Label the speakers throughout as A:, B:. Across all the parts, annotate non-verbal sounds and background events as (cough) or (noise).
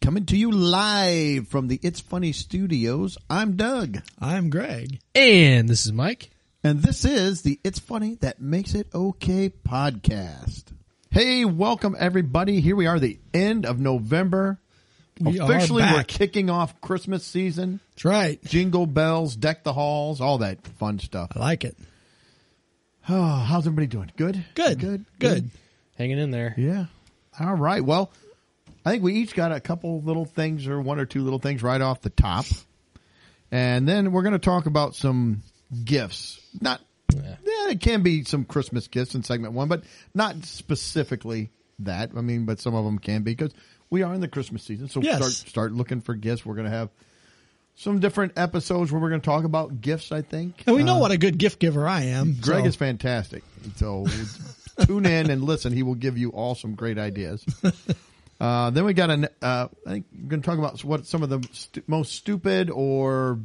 A: Coming to you live from the It's Funny Studios, I'm Doug.
B: I'm Greg.
C: And this is Mike.
A: And this is the It's Funny That Makes It Okay podcast. Hey, welcome everybody. Here we are, the end of November.
B: We are
A: Officially, we're
B: back.
A: kicking off Christmas season.
B: That's right.
A: Jingle bells, deck the halls, all that fun stuff. (sighs)
B: I like it.
A: Oh, how's everybody doing? Good?
B: Good.
A: Good.
B: Good.
C: Hanging in there.
A: Yeah. All right. Well, I think we each got a couple little things or one or two little things right off the top. And then we're going to talk about some gifts. Not, yeah. it can be some Christmas gifts in segment one, but not specifically that. I mean, but some of them can be because we are in the Christmas season. So
B: Yes.
A: start, start looking for gifts. We're going to have some different episodes where we're going to talk about gifts, I think.
B: And we
C: Uh,
B: know what a good gift giver I am.
A: Greg
B: so-
A: is fantastic. So (laughs) tune in and listen. He will give you all some great
B: (laughs)
A: ideas. Uh, then we got an. Uh, I think we're going to talk about what some of the stu- most stupid or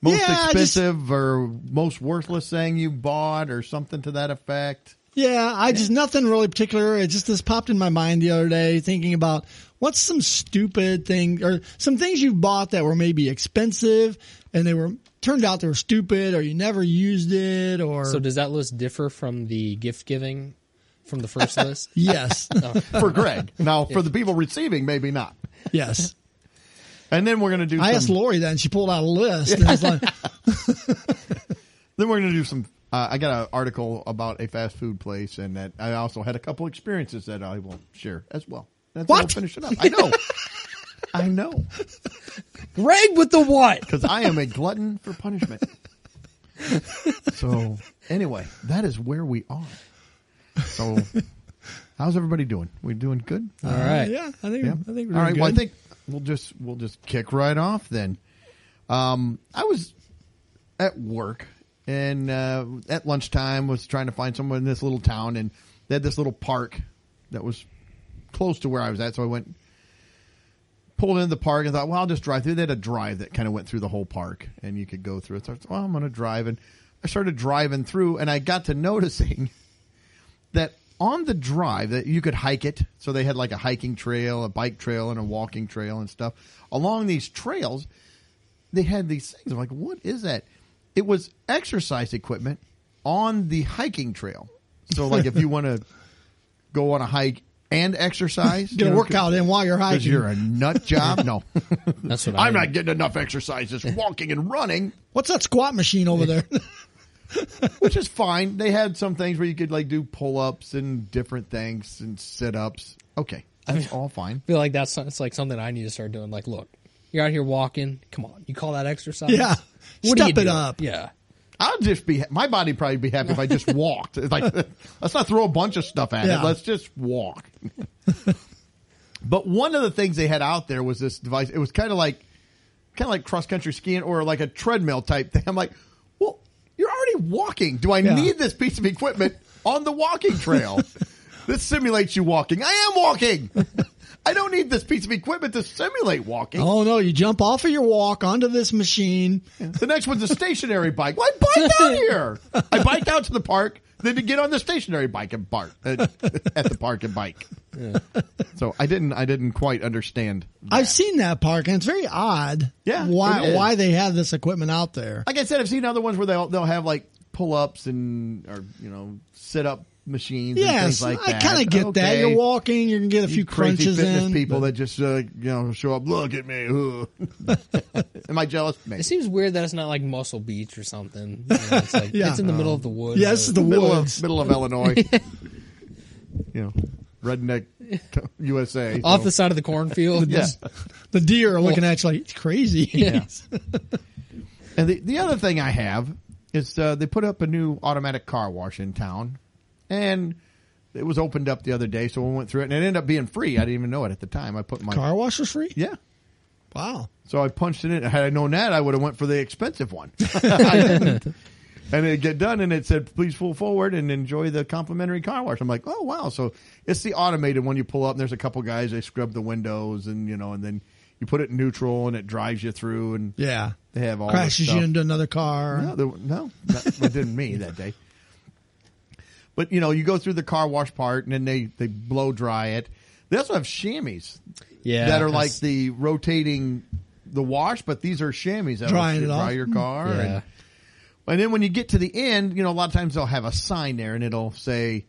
A: most
B: Yeah, I just-
A: expensive or most worthless thing you bought or something to that effect.
B: Yeah, I just nothing really particular. It just this popped in my mind the other day thinking about what's some stupid thing or some things you bought that were maybe expensive and they were turned out they were stupid or you never used it or
C: (laughs) So does that list differ from the gift giving from the first list?
B: yes,
C: Oh.
B: (laughs)
A: For Greg, now for the people receiving, maybe not.
B: yes.
A: And then we're going to do.
B: I
A: some,
B: asked
C: Um,
B: Lori that and she pulled out a list and I was like,
A: Then we're going to do some. Uh, I got an article about a fast food place, and that I also had a couple experiences that I will share as well. That's how we'll
B: What?
A: finish it up. I know. I know.
C: (laughs) Greg with the what?
A: Because I am a glutton for punishment. So, anyway, that is where we are. So, how's everybody doing? We doing good?
C: All right.
B: yeah, I think
A: Yeah.
B: I think we're
A: All right.
B: doing
A: Well, I
B: good.
A: think we'll just we'll just kick right off then. Um, I was at work and uh, at lunchtime was trying to find someone in this little town, and they had this little park that was close to where I was at, so I went pulled into the park and thought, well, I'll just drive through. They had a drive that kind of went through the whole park, and you could go through it. So I thought, well, I'm going to drive, and I started driving through, and I got to (laughs) noticing that on the drive that you could hike it. So they had like a hiking trail, a bike trail, and a walking trail and stuff. Along these trails, they had these things. I'm like, what is that? It was exercise equipment on the hiking trail. So like if you want to (laughs) go on a hike and exercise,
B: get
A: you
B: a
A: know,
B: workout in while you're
A: because
B: hiking.
A: you're a nut job. No, (laughs)
C: That's what
A: I'm not getting enough exercise. Just walking and running,
B: What's that squat machine
A: (laughs)
B: over there? (laughs)
A: which is fine. They had some things where you could like do pull ups and different things and sit ups. Okay, that's all fine.
C: feel like that's it's like something I need to start doing. Like, look, you're out here walking. Come on, you call that exercise?
B: Yeah.
C: do you
B: Step it
C: do?
B: up.
C: Yeah.
A: I'll just be my body probably be happy if I
B: (laughs)
A: just walked. It's like let's not throw a bunch of stuff at
B: Yeah.
A: it. Let's just walk. but one of the things they had out there was this device. It was kind of like kind of like cross country skiing or like a treadmill type thing. I'm like, well, you're already walking. Do I
B: Yeah.
A: need this piece of equipment on the walking trail? this simulates you walking. I am walking. I don't need this piece of equipment to simulate walking.
B: Oh no, you jump off of your walk onto this machine.
A: The next one's a stationary bike. Well, I biked
B: (laughs)
A: out here. I biked out to the park, then to get on the stationary bike and bark at, at the park and bike. So I didn't, I didn't quite understand.
B: I've seen that park and it's very odd.
A: Yeah, it
B: Why
A: is.
B: why they have this equipment out there.
A: Like I said, I've seen other ones where they'll they'll have like pull ups and or you know sit up machines. and
B: Yes,
A: things like
B: I
A: that.
B: kind of get that.
A: Okay.
B: You're walking, you can get a few
A: You crazy
B: crunches
A: fitness
B: in.
A: people that just uh, you know show up. Look at me. (laughs) Ugh." Am I jealous? Maybe.
C: It seems weird that it's not like Muscle Beach or something. You know, it's like
B: Yeah.
C: it's in the middle of the woods.
B: yeah, this is the
A: middle
B: woods.
A: of middle of Illinois. you know, redneck USA.
C: off
A: so-
C: the side of the
A: (laughs)
C: cornfield.
A: Yeah.
B: the deer are looking at you like
A: (laughs)
B: it's crazy.
C: Yeah.
A: And the, the other thing I have is uh, they put up a new automatic car wash in town, and it was opened up the other day. So we went through it, and it ended up being free. I didn't even know it at the time. I put my
B: (laughs) Car wash was free?
A: yeah.
B: Wow.
A: So I punched it in. Had I known that, I would have went for the expensive one. I didn't. And it get done, and it said, "Please pull forward and enjoy the complimentary car wash." I'm like, "Oh wow!" So it's the automated one. You pull up, and there's a couple guys. They scrub the windows, and you know, and then you put it in neutral, and it drives you through, and
B: Yeah.
A: they have all this
B: Crashes you
A: stuff.
B: into another car.
A: No, there, no, that, that didn't me that day. But you know, you go through the car wash part, and then they they blow dry it. They also have chamois
C: Yeah,
A: that are like
C: that's-
A: the rotating the wash, but these are chamois that
B: Drying
A: will
B: it
A: dry
B: off.
A: your car.
C: Yeah.
A: And, and then when you get to the end, you know, a lot of times they'll have a sign there and it'll say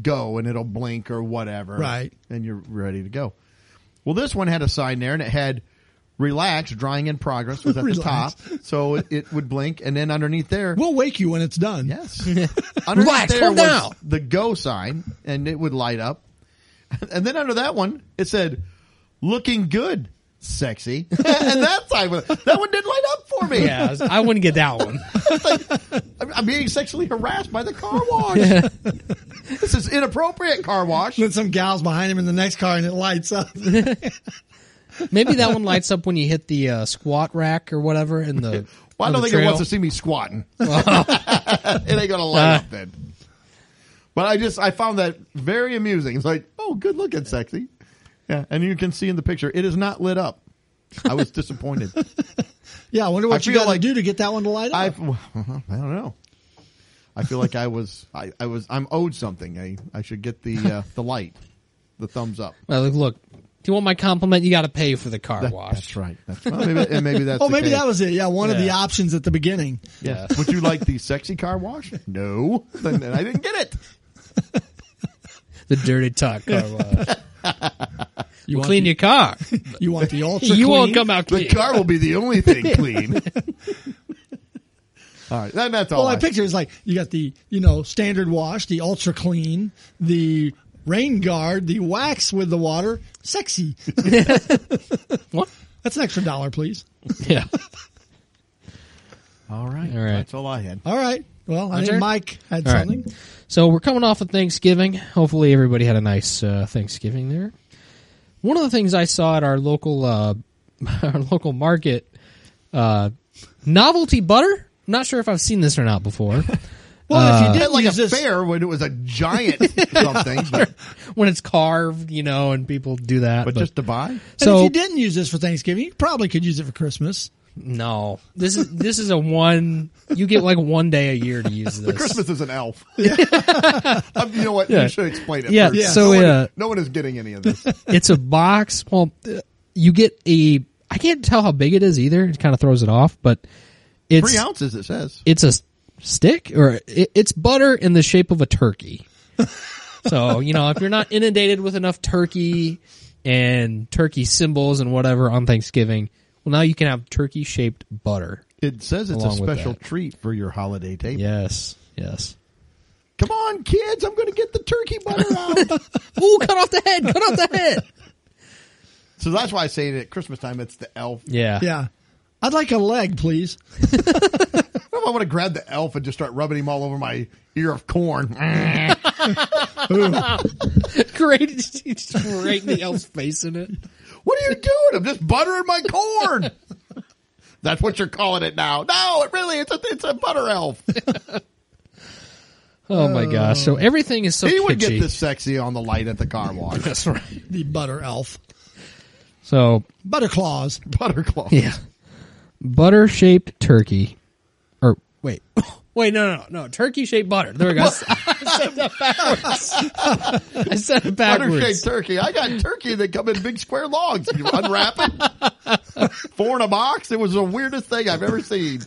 A: go and it'll blink or whatever.
B: Right.
A: And you're ready to go. Well, this one had a sign there and it had relax, drying in progress was at the top.
B: (laughs) Relax.
A: So it, it would blink. And then underneath there,
B: We'll wake you when it's done.
C: (laughs)
A: Yes. Underneath
C: Relax,
A: there
C: calm
A: was
C: down.
A: The go sign, and it would light up. And then under that one, it said, "Looking good, sexy." (laughs) and that side, was- that one didn't light up for me.
C: yeah, I wouldn't get that one.
A: I'm, I'm being sexually harassed by the car
C: (laughs)
A: wash. this is inappropriate. Car wash.
B: Then some gal's behind him in the next car and it lights up. (laughs)
C: Maybe that one lights up when you hit the uh, squat rack or whatever in the.
A: Well, I
C: on
A: don't
C: the
A: think it wants
C: trail.
A: to see me squatting. it (laughs) ain't gonna light up then. But I just I found that very amusing. It's like, oh, good looking, sexy. Yeah, and you can see in the picture it is not lit up. I was disappointed.
B: Yeah, I wonder
A: I
B: what you
A: feel
B: got
A: like-
B: to do to get that one to light
A: I I
B: up.
A: don't know. I feel like I was I, I was I'm owed something. I I should get the uh, the light, the thumbs up.
C: Well, look, look, if you want my compliment, you got to pay for the car wash.
A: That's right. That's well, maybe, and maybe that's
B: oh,
A: the
B: maybe
A: case.
B: that was it. Yeah, one of the
C: Yeah.
B: options at the beginning.
A: Yeah. Would you like the sexy car wash? No. Then, then I didn't get it.
C: The dirty talk car wash.
A: (laughs)
C: you
B: want
C: clean
B: the-
C: your car.
B: You want the ultra
C: (laughs) you won't
B: clean?
C: come out
A: The
C: clean.
A: car will be the only thing
C: (laughs)
A: clean. all right, that, that's all.
B: Well, Oh, I picture is like you got the you know standard wash, the ultra clean, the rain guard, the wax with the water, sexy.
A: (laughs)
C: What?
B: That's an extra dollar, please.
C: Yeah.
A: All right,
C: All right.
A: that's all I had.
B: All right. Well, I
C: My
B: think
C: turn?
B: Mike had
C: All right.
B: something.
C: So we're coming off of Thanksgiving. Hopefully, everybody had a nice uh, Thanksgiving there. One of the things I saw at our local uh, (laughs) our local market, uh, novelty butter. Not sure if I've seen this or
A: (laughs)
C: not before.
B: Well,
C: Uh,
B: if
A: Had
B: you did
A: like
B: like use
A: a
B: this,
A: fair when it was a
B: (laughs)
A: giant something, but,
C: when it's carved, you know, and people do that.
A: but just to buy.
B: and if
C: so
B: you didn't use this for Thanksgiving, you probably could use it for Christmas.
C: no, this is this is a one. You get like one day a year to (laughs) use this.
A: Christmas is an
B: (laughs)
A: elf. (laughs) Um, you know what?
C: Yeah.
A: You should explain it.
C: Yeah,
A: First.
C: so,
A: no, one,
C: uh,
A: no one is getting any of this.
C: (laughs) it's a box. Well, uh, you get a. I can't tell how big it is either. It kind of throws it off, but it's
A: Three ounces, it says.
C: it's a s- stick or it, it's butter in the shape of a (laughs) turkey. so you know if you're not inundated with enough turkey and turkey symbols and whatever on Thanksgiving, well now you can have turkey shaped butter.
A: It says it's a
C: Along with
A: special
C: that.
A: treat for your holiday table.
C: Yes, yes.
A: Come on, kids! I'm going to get the turkey butter
C: (laughs)
A: out.
C: Ooh, cut off the head! Cut off the head!
A: so that's why I say that at Christmas time it's the elf.
C: Yeah,
B: Yeah. I'd like a leg, please.
A: I want to grab the elf and just start rubbing him all over my ear of corn.
C: (laughs)
A: (laughs)
C: great. It's right in the elf's face in it.
A: What are you doing? I'm just buttering my corn. (laughs) That's what you're calling it now. No, it really it's a it's a butter
C: (laughs)
A: elf.
C: Oh my gosh! So everything is so
A: He would
C: kitschy.
A: get this sexy on the light at the car
C: (laughs)
A: wash.
C: That's right.
B: The butter elf.
C: So
B: Butter claws.
A: Butter claw.
C: Yeah. Butter shaped turkey. Or wait. (laughs) Wait, no, no, no, no. Turkey shaped butter. There we (laughs) go. I said that backwards. (laughs) I said it
A: Butter
C: backwards.
A: shaped turkey. I got turkey that come in big square logs. You unwrap it,
C: (laughs)
A: four in a box. It was the weirdest thing I've ever seen.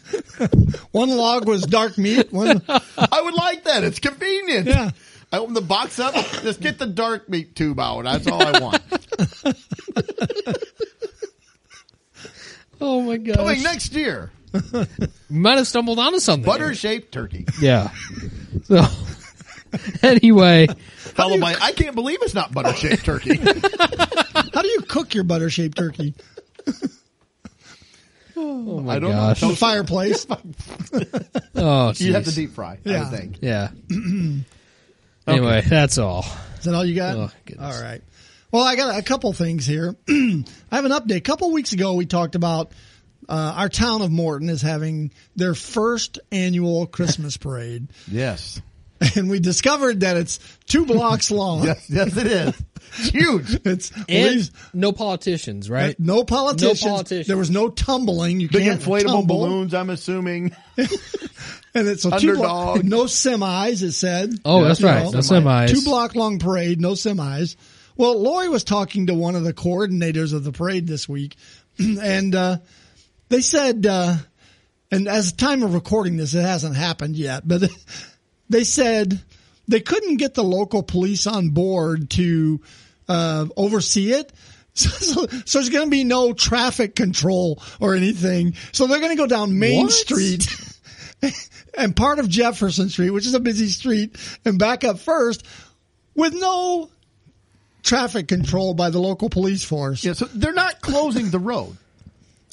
B: One log was dark meat. One,
A: I would like that. It's convenient.
B: Yeah.
A: I open the box up. Just get the dark meat tube out. That's all I
C: (laughs)
A: want.
C: Oh my
A: Coming
C: gosh.
A: next year,
C: You might have stumbled onto something.
A: butter shaped (laughs) turkey.
C: Yeah. So (laughs) anyway,
A: Followed by, I can't believe it's not butter shaped (laughs) turkey.
B: how do you cook your butter shaped turkey?
C: oh my
A: I don't know.
C: gosh.
B: The
C: (laughs)
B: fireplace.
C: Oh,
A: You have to
C: jeez.
A: deep fry, I
B: Yeah.
A: would think.
C: (clears throat) Yeah. anyway, that's all.
B: Is that all you got?
C: Oh, goodness.
B: All right. Well, I got a couple things here. (clears throat) I have an update. A couple weeks ago, we talked about uh, our town of Morton is having their first annual Christmas (laughs) parade,
A: Yes.
B: and we discovered that it's two
C: (laughs)
B: blocks long.
A: Yes, yes it (laughs) is. It's huge.
B: It's
C: And
B: leaves-
C: no politicians, right?
B: no politicians.
C: No politicians.
B: There was no tumbling. You
A: Big
B: can't
A: inflatable
B: tumble.
A: balloons, I'm assuming.
B: And it's a two block,
A: Underdog.
B: no semis. It said.
C: Oh, that's
B: You
C: right.
B: know,
C: No semis.
B: Two block long parade, no semis. Well, Lori was talking to one of the coordinators of the parade this week, (clears throat) and uh, they said, uh, and as the time of recording this, it hasn't happened yet, but (laughs) they said they couldn't get the local police on board to uh, oversee it. (laughs) So, so, so there's going to be no traffic control or anything. So they're going to go down Main
C: What?
B: Street and part of Jefferson Street, which is a busy street, and back up first with no traffic control by the local police force.
A: Yeah, so they're not closing the road.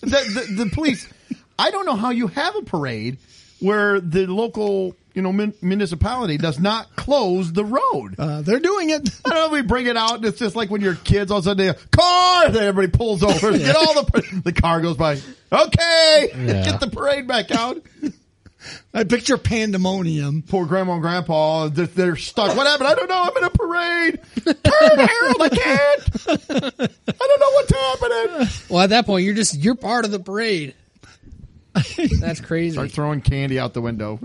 A: The, the, the police. I don't know how you have a parade where the local, you know, mun- municipality does not close the road.
B: Uh, they're doing it. (laughs)
A: I don't know if we bring it out. and It's just like when your kids all of a sudden they go, car, then everybody pulls over. Get all the the car goes by. Okay,
C: Yeah.
A: get the parade back out.
B: I picture pandemonium.
A: Poor grandma and grandpa, they're, they're stuck. What happened? I don't know. I'm in a parade. Turn, Harold, I can't. I don't know what's happening.
C: Well, at that point, you're just you're part of the parade. That's crazy.
A: Start throwing candy out the window. (laughs)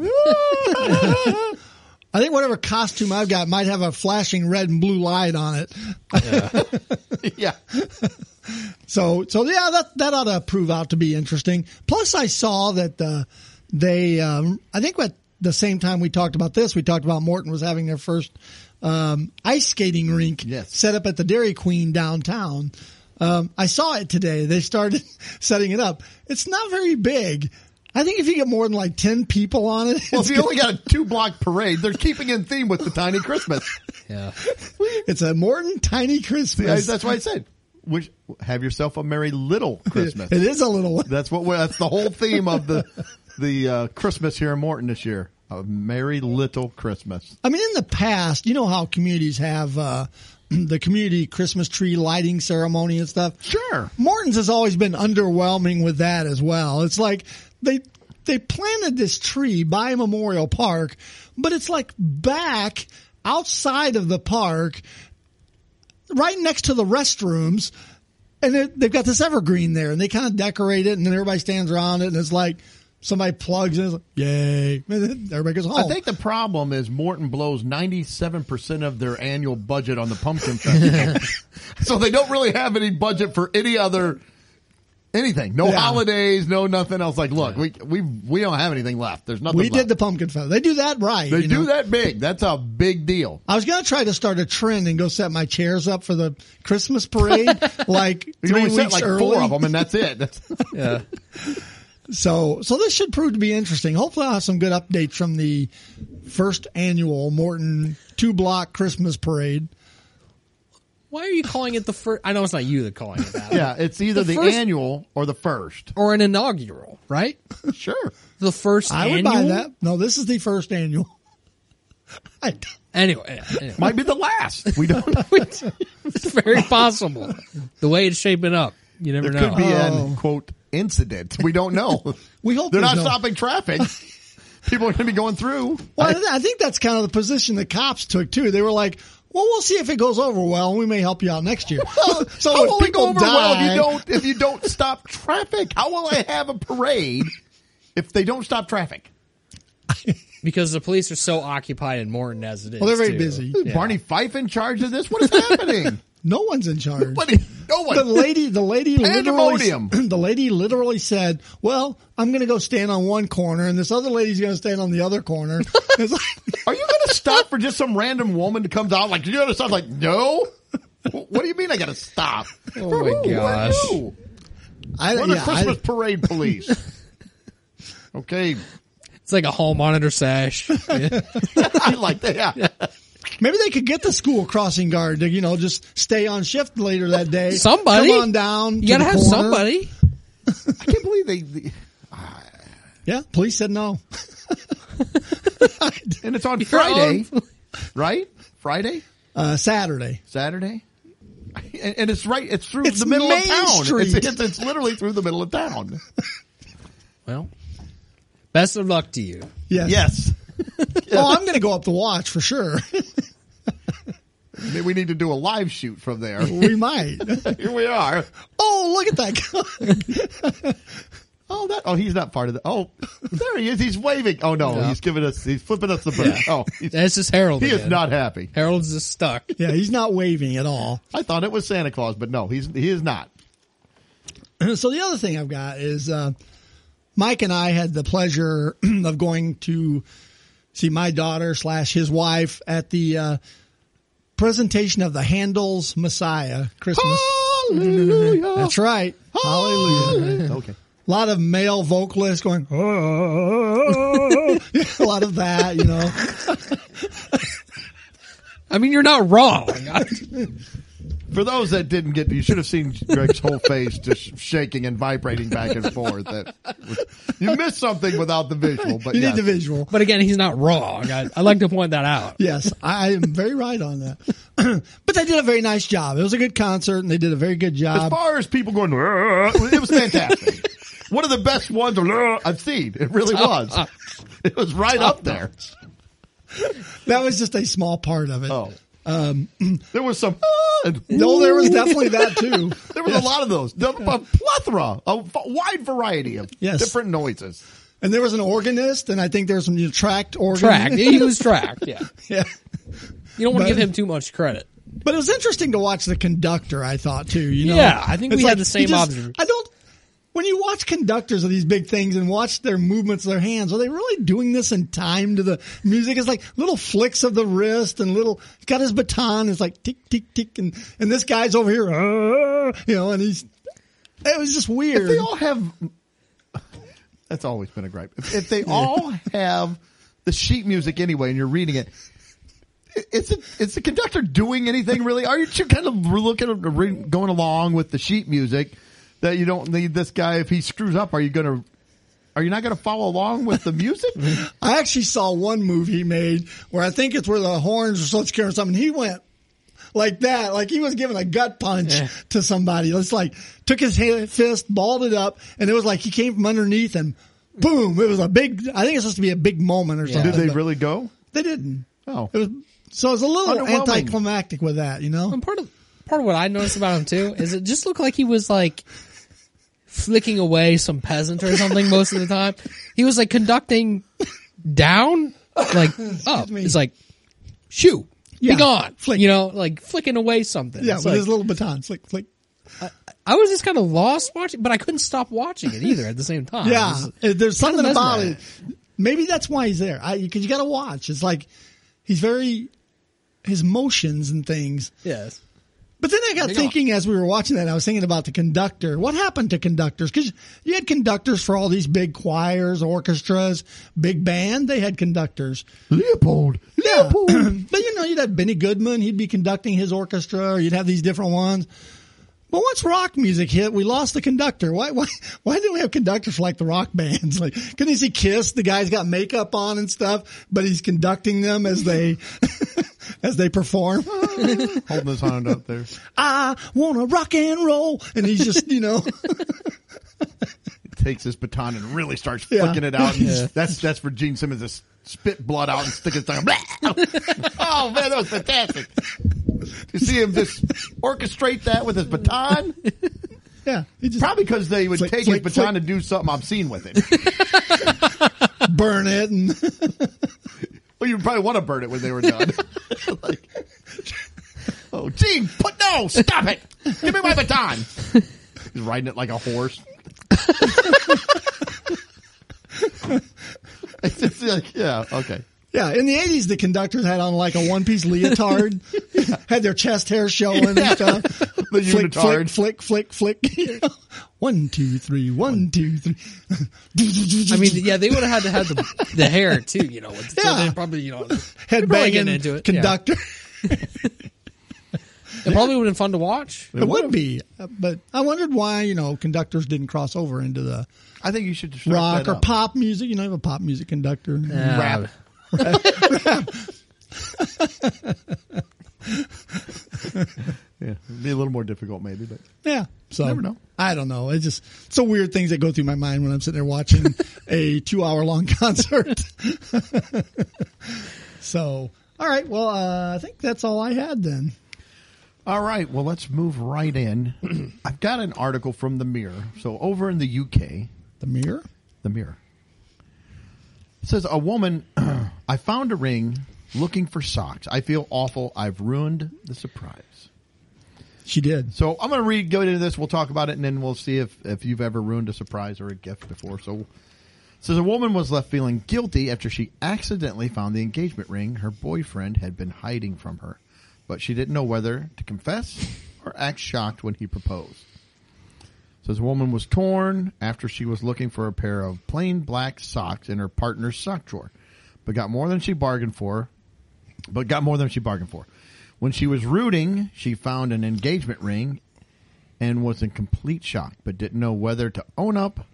B: I think whatever costume I've got might have a flashing red and blue light on it.
A: yeah.
B: So, so yeah, that that ought to prove out to be interesting. Plus, I saw that uh, they, um, I think at the same time we talked about this, we talked about Morton was having their first um, ice skating rink
A: Yes.
B: set up at the Dairy Queen downtown. Um, I saw it today. They started (laughs) setting it up. It's not very big. I think if you get more than like ten people on it,
A: Well,
B: it's,
A: if you only got a two block parade, they're keeping in theme with the tiny Christmas.
C: Yeah.
B: it's a Morton tiny
A: I-
B: Christmas.
A: That's why I said, wish, have yourself a merry little
B: (laughs)
A: Christmas.
B: It is a little one.
A: That's what. we're- That's the whole theme of
B: (laughs)
A: the the uh, Christmas here in Morton this year. A merry little Christmas.
B: I mean, in the past, you know how communities have uh, (clears throat) the community Christmas tree lighting ceremony and stuff.
A: Sure.
B: Morton's has always been underwhelming with that as well. It's like they they planted this tree by Memorial Park, but it's like back outside of the park, right next to the restrooms, and they- they've got this evergreen there, and they kind of decorate it, and then everybody stands around it, and it's like. Somebody plugs in, it's like, yay! (laughs) And then everybody goes home.
A: I think the problem is Morton blows ninety seven percent of their annual budget on the
B: (laughs)
A: pumpkin festival, so they don't really have any budget for any other anything. No
B: Yeah.
A: holidays, no nothing else. Like, look, we we we don't have anything left. There's nothing.
B: We
A: left.
B: did the pumpkin fest. They do that right.
A: They
B: you
A: do
B: know?
A: that big. That's a big deal.
B: I was gonna try to start a trend and go set my chairs up for the
A: (laughs)
B: Christmas parade, like
A: You
B: three
A: only
B: weeks
A: set like
B: early.
A: four of them, and that's it.
B: (laughs)
A: That's, (laughs)
C: Yeah.
B: So, so this should prove to be interesting. Hopefully, I'll have some good updates from the first annual Morton two block Christmas parade.
C: Why are you calling it the first? I know it's not you that calling it
A: (laughs)
C: that.
A: yeah, it's either
C: The
A: the,
C: first-
A: annual or the first.
C: Or an inaugural, right?
A: Sure.
C: The first
B: I would
C: annual.
B: buy that. No, this is the first annual. (laughs) I,
C: Anyway, anyway. (laughs)
A: Might be the last. We
B: (laughs)
A: don't.
C: it's very possible. The way it's shaping up, you never
A: There
C: know.
A: could be
B: Oh.
A: an quote incident. We don't
B: (laughs)
A: know.
B: we hope
A: They're
B: there's
A: not
B: no-
A: stopping
B: (laughs)
A: traffic. People are going to be going through.
B: Well, I, I think that's kind of the position the cops took too. They were like, "Well, we'll see if it goes over well, and we may help you out
A: (laughs)
B: next year." so
A: How
B: if
A: will it
B: people
A: go over well if
B: die-
A: you don't if you don't stop traffic? How will I have a parade if they don't stop traffic?
C: because the police are so occupied in Morton as it is.
B: Well, they're very
C: too.
B: busy.
A: Is Barney Fife in charge of this? What is
B: (laughs)
A: happening?
B: No one's in charge.
A: Nobody, no
B: the
A: one.
B: lady, the lady, literally,
A: Pandemonium.
B: (clears throat) the lady literally said, "Well, I'm going to go stand on one corner, and this other lady's going to stand on the other
C: (laughs)
B: corner." It's like,
A: Are you going to stop for just some random woman that comes out like you got to stop? Like no. What do you mean I got to stop?
C: Oh
A: For
C: my
A: who? What
C: gosh.
A: who?
B: I,
A: We're the
B: yeah, I-
A: Christmas parade police. (laughs) okay,
C: It's like a hall monitor sash. Yeah.
A: I like that. Yeah.
B: maybe they could get the school crossing guard to, you know, just stay on shift later that day.
C: somebody.
B: come on down. to
C: You gotta
B: the
C: have
B: corner.
C: somebody.
A: I can't believe they, they-
B: Yeah, police said no.
A: (laughs) and it's on (laughs) Friday,
C: on-
A: right? Friday,
B: Uh, Saturday.
A: Saturday, and, and it's right. It's through
B: It's
A: the middle
B: Main
A: of town.
B: Street.
A: It's, it's it's literally through the middle of town.
C: Well, best of luck to you.
B: Yes.
A: Yes,
B: Oh, I'm going to go up to watch for sure. (laughs)
A: I mean, we need to do a live shoot from (laughs) there.
B: we might. (laughs)
A: Here we are.
B: Oh, look at that guy.
A: Oh, that. Oh, he's not part of the. Oh, there he is. He's waving. Oh no,
C: Yeah.
A: he's giving us. He's flipping us the bird. Oh, he's,
C: That's just Harold.
A: he is
C: again.
A: not happy.
C: Harold's just stuck.
B: (laughs) Yeah, he's not waving at all.
A: I thought it was Santa Claus, but no, he's he is not.
B: (clears throat) so the other thing I've got is uh, Mike and I had the pleasure (clears throat) of going to see my daughter slash his wife at the uh, presentation of the Handel's Messiah Christmas.
A: Oh! Hallelujah.
B: That's right.
A: Oh!
B: Hallelujah.
A: Okay.
B: A lot of male vocalists going, (laughs) oh, a lot of that,
A: (laughs)
B: you know.
C: I mean, you're not (laughs) wrong.
A: For those that didn't get, you should have seen Greg's whole face just shaking and vibrating back and forth. That you missed something without the visual, but
B: You
A: yes.
B: need the visual.
C: But again, he's not wrong. I, I like to point that (laughs) out.
B: Yes, I am very right on that. (clears throat) but they did a very nice job. It was a good concert and they did a very good
A: As
B: job.
A: far as people going, "Rrr," it was fantastic. One of the best ones "Rrr," I've seen. It really was. It was right up there.
B: That was just a small part of it.
A: Oh.
B: (clears throat)
A: there was some. "Ah," and
B: Um, No, there was definitely that too.
A: there was a lot of those. The- A plethora, a f- wide variety of
B: Yes.
A: different noises.
B: And there was an organist, and I think there was some you know, tracked organ.
C: Tracked.
B: (laughs)
C: He was tracked. Yeah.
B: yeah.
C: You don't want
B: But-
C: to give him too much credit.
B: But it was interesting to watch the conductor, I thought, too. You know?
C: Yeah, I think we
B: It's
C: had the
B: he
C: same
B: just-
C: observ-
B: I don't. When you watch conductors of these big things and watch their movements of their hands, are they really doing this in time to the music? It's like little flicks of the wrist and little. He's got his baton. It's like tick, tick, tick, and and this guy's over here, "Ah," you know, and he's. It was just weird.
A: If they all have. (laughs) That's always been a gripe. If, (laughs) if they all have the sheet music anyway, and you're reading it. i- Is it is the conductor doing anything really? Aren't you kind of looking re- going along with the sheet music that you don't need this guy if he screws up? Are you gonna are you not gonna follow along with the (laughs) music?
B: I actually saw one move he made where I think it's where the horns were supposed to carry something. He went like that, like he was giving a gut punch
C: Yeah.
B: to somebody. It's like took his hand, fist, balled it up, and it was like he came from underneath and boom! It was a big. I think it's supposed to be a big moment or something.
A: Did they
B: but
A: really go?
B: They didn't.
A: Oh.
B: It was so it was a little
A: Underwhelming.
B: anticlimactic with that, you know.
C: And part of part of what I noticed about him too is it just looked like he was like flicking away some peasant or something most of the time. He was like conducting down, (laughs) like up.
B: me.
C: It's like shoo,
B: Yeah,
C: be gone.
B: flick.
C: You know, like flicking away something.
B: Yeah,
C: It's
B: with
C: like-
B: his little baton, flick, flick.
C: I was just kind of lost watching, but I couldn't stop watching it either at the same time. It
B: Yeah,
C: was-
B: Uh, there's something
C: kinda
B: about it.
C: mesmerizing.
B: Maybe that's why he's there. I because you got to watch. It's like he's very his motions and things.
C: yes.
B: But then I got
C: Hang on.
B: thinking as we were watching that, I was thinking about the conductor. What happened to conductors? Because you had conductors for all these big choirs, orchestras, big band. They had conductors.
A: Leopold.
B: Yeah. (clears throat) but you know, you'd have Benny Goodman, he'd be conducting his orchestra, or you'd have these different ones. But once rock music hit, we lost the conductor. Why, (laughs) why, why didn't we have conductors for like the rock bands? (laughs) Like, couldn't you see Kiss? The guy's got makeup on and stuff, but he's conducting them as they, (laughs) as they
A: (laughs)
B: perform. (laughs)
A: Holding his hand up there.
B: I wanna rock and roll. And he's just, you know, (laughs)
A: takes his baton and really starts
B: (laughs) Yeah.
A: flicking it out. And That's that's for Gene Simmons to s- spit blood out and stick his tongue. Blah! (laughs) oh man, that was fantastic! You see him just orchestrate that with his baton,
B: yeah, he just
A: probably because they would
B: Flick,
A: take
B: flick,
A: his baton
B: flick.
A: and do something obscene with it.
B: burn it and
A: well, you'd probably want to burn it when they were done. (laughs) Like, oh, Gene, put no, stop it! Give me my baton. He's riding it like a horse. (laughs) it's just like, yeah, okay.
B: yeah, in the eighties the conductors had on like a one piece leotard,
C: (laughs)
B: had their chest hair showing and stuff.
A: The
B: flick,
A: unitard.
B: flick, flick, flick, (laughs) flick. one, two, three, one, two, three. (laughs)
C: I mean, yeah, they would have had to have the, the hair too, you know. With, so
B: Yeah.
C: they probably,
A: (laughs)
C: you know,
B: Head
C: probably getting
B: banging
C: into it, yeah.
B: conductor.
C: it probably would have been fun to watch.
B: (laughs) It would be, but I wondered why you know conductors didn't cross over into the
A: I think you should just
B: rock or pop music. You know, you have a pop music conductor.
A: Rap. (laughs) Yeah, it'd be a little more difficult maybe, but
B: Yeah. So
A: Never know.
B: I don't know. It just it's the weird things that go through my mind when I'm sitting
A: (laughs)
B: there watching a two hour long concert. so all right, well uh, I think that's all I had then.
A: all right. Well, (clears throat) let's move right in. I've got an article from the Mirror. So over in the UK,
B: The mirror?
A: the mirror. It says a woman, (clears throat) I found a ring looking for socks. I feel awful. I've ruined the surprise.
B: She did.
A: So I'm going to read go into this. We'll talk about it, and then we'll see if if you've ever ruined a surprise or a gift before. So it says a woman was left feeling guilty after she accidentally found the engagement ring her boyfriend had been hiding from her, but she didn't know whether to confess or act shocked when he proposed. Says a woman was torn after she was looking for a pair of plain black socks in her partner's sock drawer, but got more than she bargained for but got more than she bargained for. When she was rooting, she found an engagement ring and was in complete shock, but didn't know whether to own up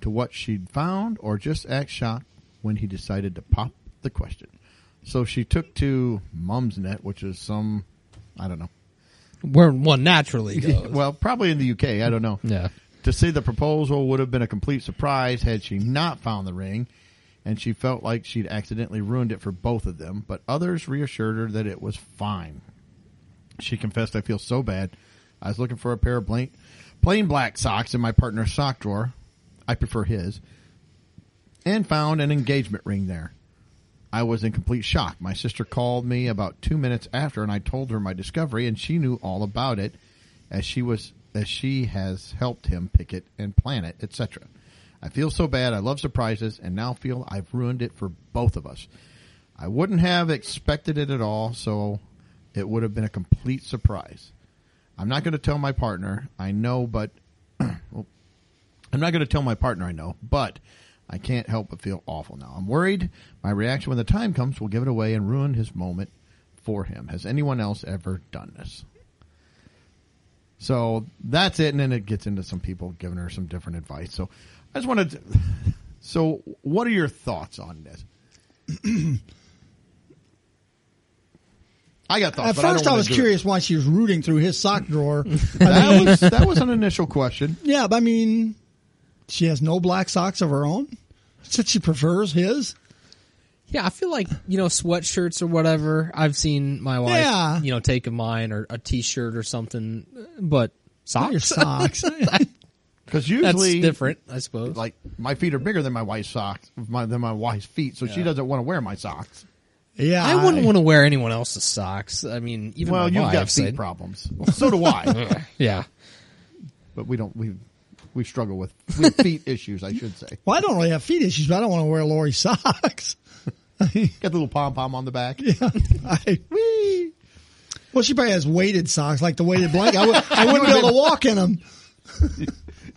A: to what she'd found or just act shocked when he decided to pop the question. So she took to Mumsnet, which is some, I don't know.
C: Where one naturally goes.
A: (laughs) Well, probably in the UK, I don't know.
C: Yeah.
A: To say the proposal would have been a complete surprise had she not found the ring, and she felt like she'd accidentally ruined it for both of them, but others reassured her that it was fine. She confessed, I feel so bad. I was looking for a pair of plain, plain black socks in my partner's sock drawer. I prefer his. And found an engagement ring there. I was in complete shock. My sister called me about two minutes after, and I told her my discovery, and she knew all about it, as she was as she has helped him pick it and plan it, etc. I feel so bad. I love surprises, and now feel I've ruined it for both of us. I wouldn't have expected it at all, so it would have been a complete surprise. I'm not going to tell my partner. I know, but (clears throat) I'm not going to tell my partner I know, but I can't help but feel awful now. I'm worried my reaction when the time comes will give it away and ruin his moment for him. Has anyone else ever done this? So that's it, and then it gets into some people giving her some different advice. So I just wanted. To, (laughs) so, what are your thoughts on this?
B: (clears throat)
A: I got thoughts.
B: At
A: Oh, but don't
B: first, I
A: wanna
B: was
A: do it.
B: curious why she was rooting through his sock
A: (laughs)
B: drawer. I
C: (laughs)
B: mean,
A: That was that was an initial question.
B: yeah, but I mean, she has no black socks of her own. Said she prefers his.
C: Yeah, I feel like you know sweatshirts or whatever. I've seen my wife,
B: Yeah.
C: you know, take a mine or a t-shirt or something, but
B: Not your
A: (laughs)
C: socks.
B: socks.
A: Because
C: (laughs) That's
A: usually,
C: different, I suppose.
A: like my feet are bigger than my wife's socks, my, than my wife's feet, so she doesn't want to wear my socks.
B: yeah,
C: I wouldn't want to wear anyone else's socks. I mean, even
A: Well,
C: my
A: you've got
C: wife's,
A: feet
C: I'd-
A: problems. So do I.
C: (laughs) Yeah,
A: but we don't. We we struggle with, with feet issues. I should say.
B: Well, I don't really have feet issues, but I don't want to wear Lori's socks.
A: Got the little pom pom on the back.
B: I,
A: (laughs) Whee!
B: well, she probably has weighted socks, like the weighted blanket. I, would, I wouldn't
A: (laughs)
B: be able to walk in them.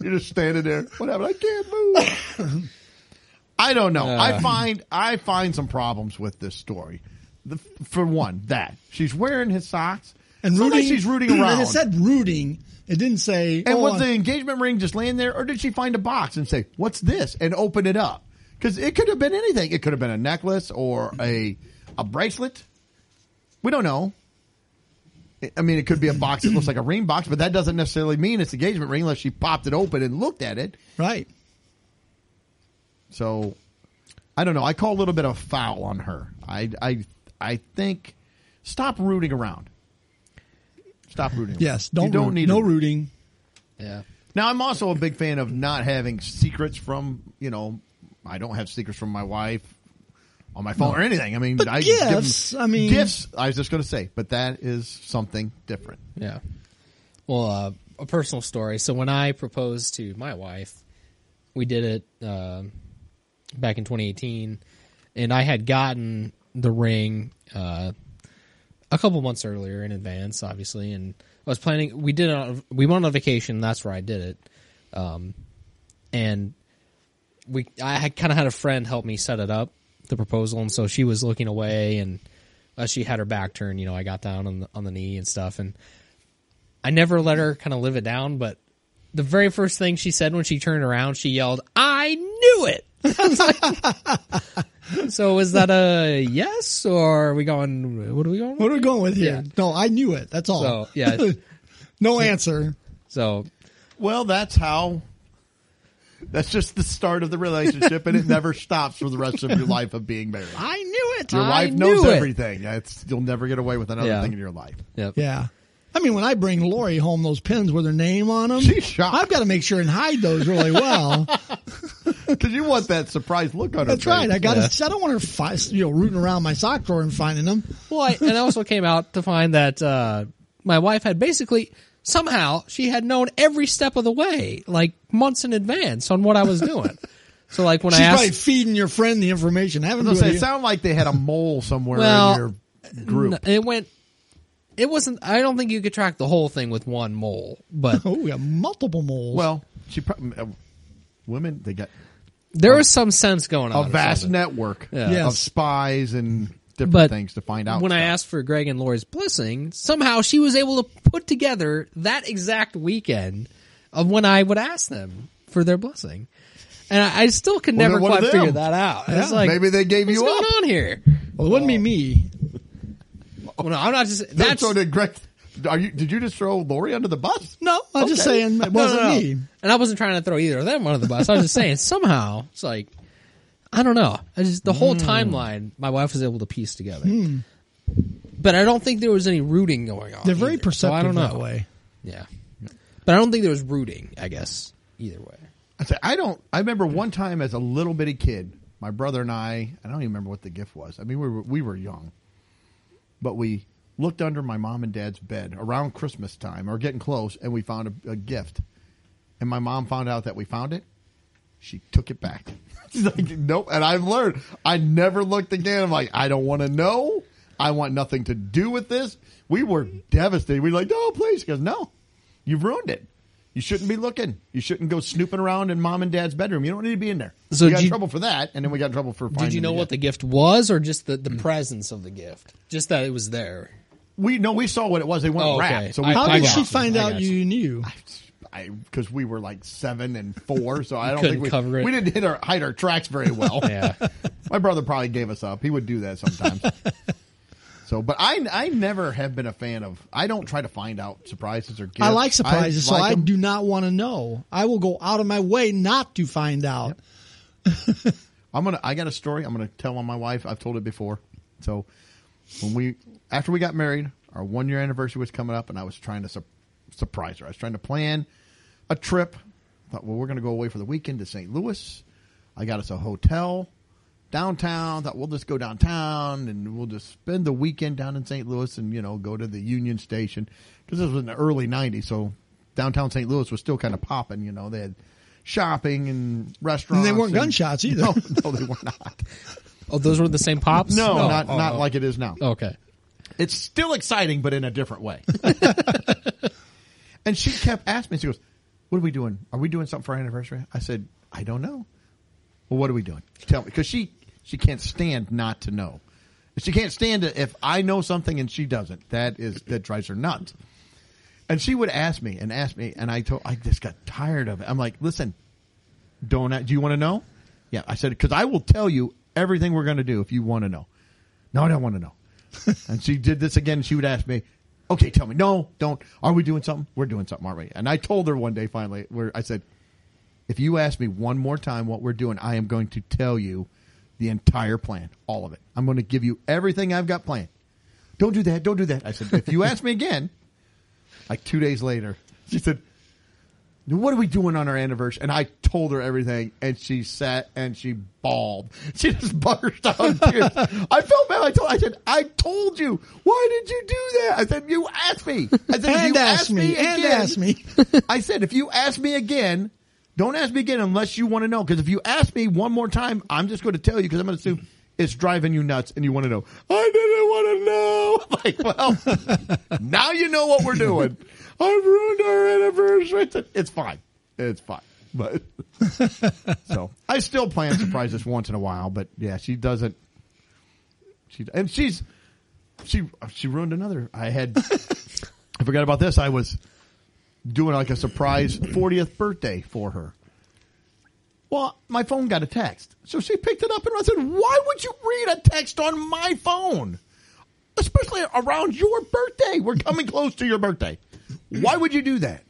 A: You're just standing there. What happened? I can't move. I don't know. I
C: Uh.
A: find I find some problems with this story. The, for one, that she's wearing his socks
B: And
A: It's not like
B: rooting,
A: she's
C: (clears throat)
A: rooting around.
B: And it said rooting. It didn't say.
A: And
B: oh,
A: was
B: I-
A: the engagement ring just laying there, or did she find a box and say, "What's this?" and open it up? Because it could have been anything. It could have been a necklace or a a bracelet. We don't know. I- I mean, it could be a box that looks like a ring box, but that doesn't necessarily mean it's an engagement ring unless she popped it open and looked at it.
B: right?
A: So I don't know. I call a little bit of foul on her. I I I think stop rooting around. Stop rooting. around.
B: Yes.
A: You
B: Don't.
A: don't
B: root.
A: need
B: no
A: to-
B: rooting.
C: yeah.
A: Now, I'm also a big fan of not having secrets from, you know, I don't have secrets from my wife on my phone or anything. I mean,
B: But
A: I
B: gifts, I mean-
A: gifts. I was just going to say, but that is something different.
C: Yeah. Well, uh, a personal story. So when I proposed to my wife, we did it um back in 2018, and I had gotten the ring uh, a couple months earlier in advance, obviously, and I was planning. We did it. On, we went on vacation. That's where I did it, um, and we. I had kind of had a friend help me set it up the proposal, and so she was looking away and. Uh, she had her back turned, you know. I got down on the on the knee and stuff, and I never let her kind of live it down, but the very first thing she said when she turned around, she yelled, "I knew it." (laughs) I was like- (laughs) so was that a yes or are we going? What are we going?
B: What are we going with here?
C: Yeah.
B: No, I knew it. That's all.
C: So, yeah.
B: (laughs) no answer.
C: So
A: Well, that's how. That's just the start of the relationship, and it (laughs) never stops for the rest of your life of being married.
B: I knew it.
A: Your
C: I
A: wife knows
C: knew it.
A: everything. It's, you'll never get away with another
C: Yeah.
A: thing in your life.
C: yep.
B: yeah. I mean, when I bring Lori home those pins with her name on them,
A: She's shocked.
B: I've got to make sure and hide those really
A: (laughs)
B: well.
A: Because you want that surprised look on her
B: That's right.
A: face.
B: I got to. I don't want her, fi- you know, rooting around my sock drawer and finding them.
C: Well, I, and I also came out to find that uh, my wife had basically somehow she had known every step of the way, like months in advance on what I was doing. So
A: (laughs)
C: like when
B: She's
C: I asked,
B: probably feeding your friend the information. Having
A: I was gonna say,
B: to
A: it sounded like they had a mole somewhere
C: Well,
A: in your group.
C: n- it went. It wasn't. I don't think you could track the whole thing with one mole,
A: (laughs)
C: but
B: Oh, we have multiple moles.
A: well, she probably uh, women they got
C: there was some sense going
A: a
C: on. or
A: vast
C: something.
A: network
C: Yeah.
A: of
B: Yes.
A: spies and different
C: But
A: things to find out.
C: when I
A: stuff.
C: asked for Greg and Lori's blessing, somehow she was able to put together that exact weekend of when I would ask them for their blessing. And I, I still could
A: Well,
C: never
A: they're one of
C: quite
A: them.
C: figure that out. I was
B: Yeah,
C: like,
A: maybe they gave
C: what's
A: you
C: going
A: up.
C: on here?
B: Well, it wouldn't be me.
C: Well, no, I'm not just
A: Then
C: that's
A: so did Greg. Are you? Did you just throw Lori under the bus?
B: No, I'm just
A: Okay.
B: saying it
C: no, no,
B: wasn't
C: no.
B: me.
C: And I wasn't trying to throw either of them under the bus. I was just saying (laughs) somehow it's like I don't know. I just the
A: Hmm.
C: whole timeline my wife was able to piece together. But I don't think there was any rooting going on.
B: They're very
C: either, so
B: perceptive
C: I don't know.
B: that way.
C: Yeah. But I don't think there was rooting, I guess, either way.
A: I said, I don't. I remember one time as a little bitty kid, my brother and I. I don't even remember what the gift was. I mean, we were we were young, but we looked under my mom and dad's bed around Christmas time or getting close, and we found a, a gift. And my mom found out that we found it. She took it back. (laughs) She's like, nope. And I've learned. I never looked again. I'm like, I don't want to know. I want nothing to do with this. We were devastated. We were like, no, please. She goes, no, you've ruined it. You shouldn't be looking. You shouldn't go snooping around in mom and dad's bedroom. You don't need to be in there.
C: So
A: we got
C: did you-
A: in trouble for that, and then we got in trouble for. Finding
C: Did you know
A: gift.
C: what the Mm. gift was or just the, the presence of the gift? Just that it was there.
A: we no? We saw what it was. They weren't
C: Oh, okay.
A: wrapped. So we
C: I-
B: How
C: I
B: did
C: got
B: she
C: you.
B: find
C: I
B: out
C: got you.
B: you knew?
A: because we were like seven and four,
B: (laughs)
A: so I don't
C: couldn't
A: think we
C: cover it.
A: we didn't hit our, hide our tracks very well.
C: (laughs) Yeah.
A: My brother probably gave us up. He would do that
B: (laughs)
A: sometimes. so, but I I never have been a fan of. I don't try to find out surprises or gifts.
B: I like surprises, so
A: like
B: I
A: 'em.
B: do not want to know. I will go out of my way not to find out.
A: I'm gonna. I got a story. I'm gonna tell on my wife. I've told it before. So when we after we got married, our one year anniversary was coming up, and I was trying to su- surprise her. I was trying to plan a trip. Thought, well, we're gonna go away for the weekend to St. Louis. I got us a hotel downtown. Thought we'll just go downtown and we'll just spend the weekend down in St. Louis and you know go to the Union Station because this was in the early '90s, so downtown St. Louis was still kind of popping. You know they had shopping and restaurants.
B: weren't gunshots either.
A: (laughs) No, Oh, no, they were not.
C: Oh, those were the same pops?
A: No, not
C: Oh,
A: not
C: oh.
A: like it is now.
C: Okay.
A: It's still exciting, but in a different way. and she kept asking me, she goes, What are we doing? Are we doing something for our anniversary? I said, I don't know. Well, what are we doing? Tell me. Because she, she can't stand not to know. She can't stand it if I know something and she doesn't. That is that drives her nuts. And she would ask me and ask me, and I told I just got tired of it. I'm like, listen, don't a- do you want to know? Yeah, I said because I will tell you everything we're going to do if you want to know. No, I don't want to know. and she did this again. She would ask me, "Okay, tell me." No, don't. Are we doing something? We're doing something, aren't we? And I told her one day finally, where I said, "If you ask me one more time what we're doing, I am going to tell you the entire plan, all of it. I'm going to give you everything I've got planned. Don't do that. Don't do that." I said, "If you ask me again." like two days later, she said, "What are we doing on our anniversary?" And I told her everything, and she sat and she bawled. (laughs) She just burst out in
B: (laughs)
A: tears. I felt bad. I told. I said, "I told you. Why did you do that?" I said, "You asked me." I said,
B: And
A: "If you
B: asked
A: ask
B: me,
A: me
B: and
A: again-
B: asked me.
A: (laughs) I said, "If you ask me again." Don't ask me again unless you want to know. Because if you ask me one more time, I'm just going to tell you because I'm going to assume it's driving you nuts and you want to know. I (laughs) didn't want to know. Like, well, now you know what we're doing. (laughs) I've ruined our anniversary. It's fine. It's fine. But (laughs) so I still plan surprises once in a while, but yeah, she doesn't. She and she's she she ruined another. I had I forgot about this. I was doing like a surprise 40th birthday for her. Well, my phone got a text, so she picked it up and I said, "Why would you read a text on my phone?" especially around your birthday. We're coming close to your birthday. Why would you do that?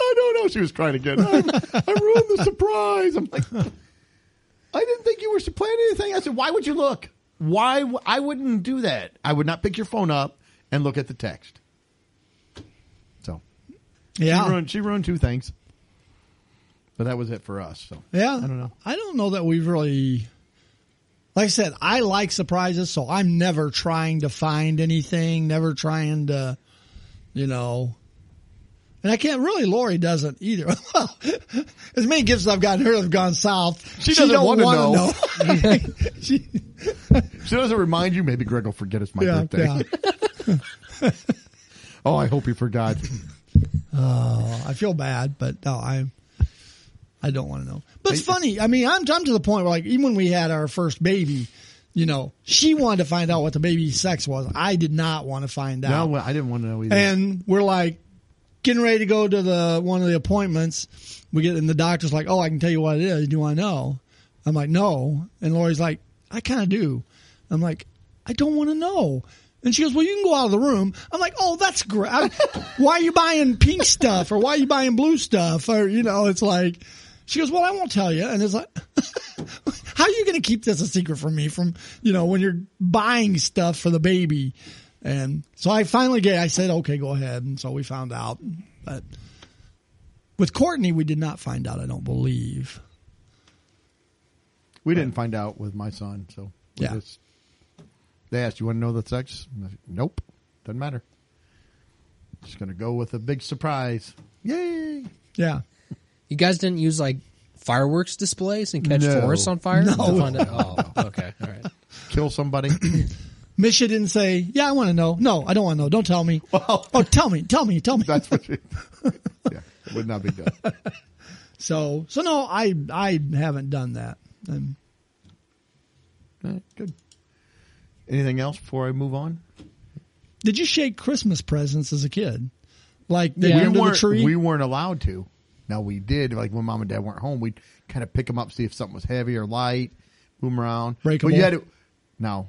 A: I don't know. She was trying to get. I, I ruined the surprise. I'm like, I didn't think you were planning anything. I said, why would you look? Why w- I wouldn't do that? I would not pick your phone up and look at the text. So she,
B: Yeah.
A: ruined, she ruined two things, but that was it for us. So
B: Yeah.
A: I don't know.
B: I don't know that we've really. Like I said, I like surprises, so I'm never trying to find anything, never trying to, you know. And I can't really. Lori doesn't either. (laughs) Well, as many gifts I've gotten her have gone south.
A: She doesn't
B: don't
A: wanna (laughs)
B: wanna (laughs)
A: know.
B: know. she,
A: she doesn't remind you. Maybe Greg will forget it's my
B: yeah,
A: birthday.
B: yeah.
A: (laughs) Oh, I hope he forgot.
B: I feel bad, but no, I I don't want to know. But it's funny. I mean, I'm I'm to the point where like even when we had our first baby, you know, she wanted to find out what the baby's sex was. I did not want to find
A: no,
B: out.
A: well, I didn't want to know either.
B: and we're like getting ready to go to the one of the appointments. We get and the doctor's like, "Oh, I can tell you what it is. Do you want to know?" I'm like, "No," and Lori's like, "I kind of do." I'm like, "I don't want to know." And she goes, "Well, you can go out of the room." I'm like, "Oh, that's great. I- (laughs) why are you buying pink stuff or why are you buying blue stuff or you know?" It's like. She goes, well, I won't tell you. And it's like, (laughs) how are you going to keep this a secret from me from, you know, when you're buying stuff for the baby? And so I finally get, I said, okay, go ahead. And so we found out. But with Courtney, we did not find out, I don't believe.
A: we didn't find out with my son. So we
B: Yeah.
A: just- they asked, "You want to know the sex?" And I said, Nope, doesn't matter. Just gonna go with a big surprise. Yay!
B: Yeah.
C: You guys didn't use like fireworks displays and catch
A: No.
C: forests on fire?
B: No.
C: To find (laughs) out- Oh, okay. All right.
A: Kill
B: (coughs)
A: somebody.
B: Misha didn't say, yeah, I want to know. No, I don't want to know. Don't tell me.
A: (laughs) Well-
B: oh, tell me, tell me, tell me.
A: That's what. It, yeah, it would not be
B: (laughs)
A: good.
B: So, so no, I, I haven't done that. And
A: Alright, good. Anything else before I move on?
B: did you shake Christmas presents as a kid? Like they
C: Yeah.
B: went under the
A: weren't.
B: tree?
A: We weren't allowed to. Now we did. Like when mom and dad weren't home, we'd kind of pick them up, see if something was heavy or light, move 'em around.
B: Breakable.
A: Well, you had to. No,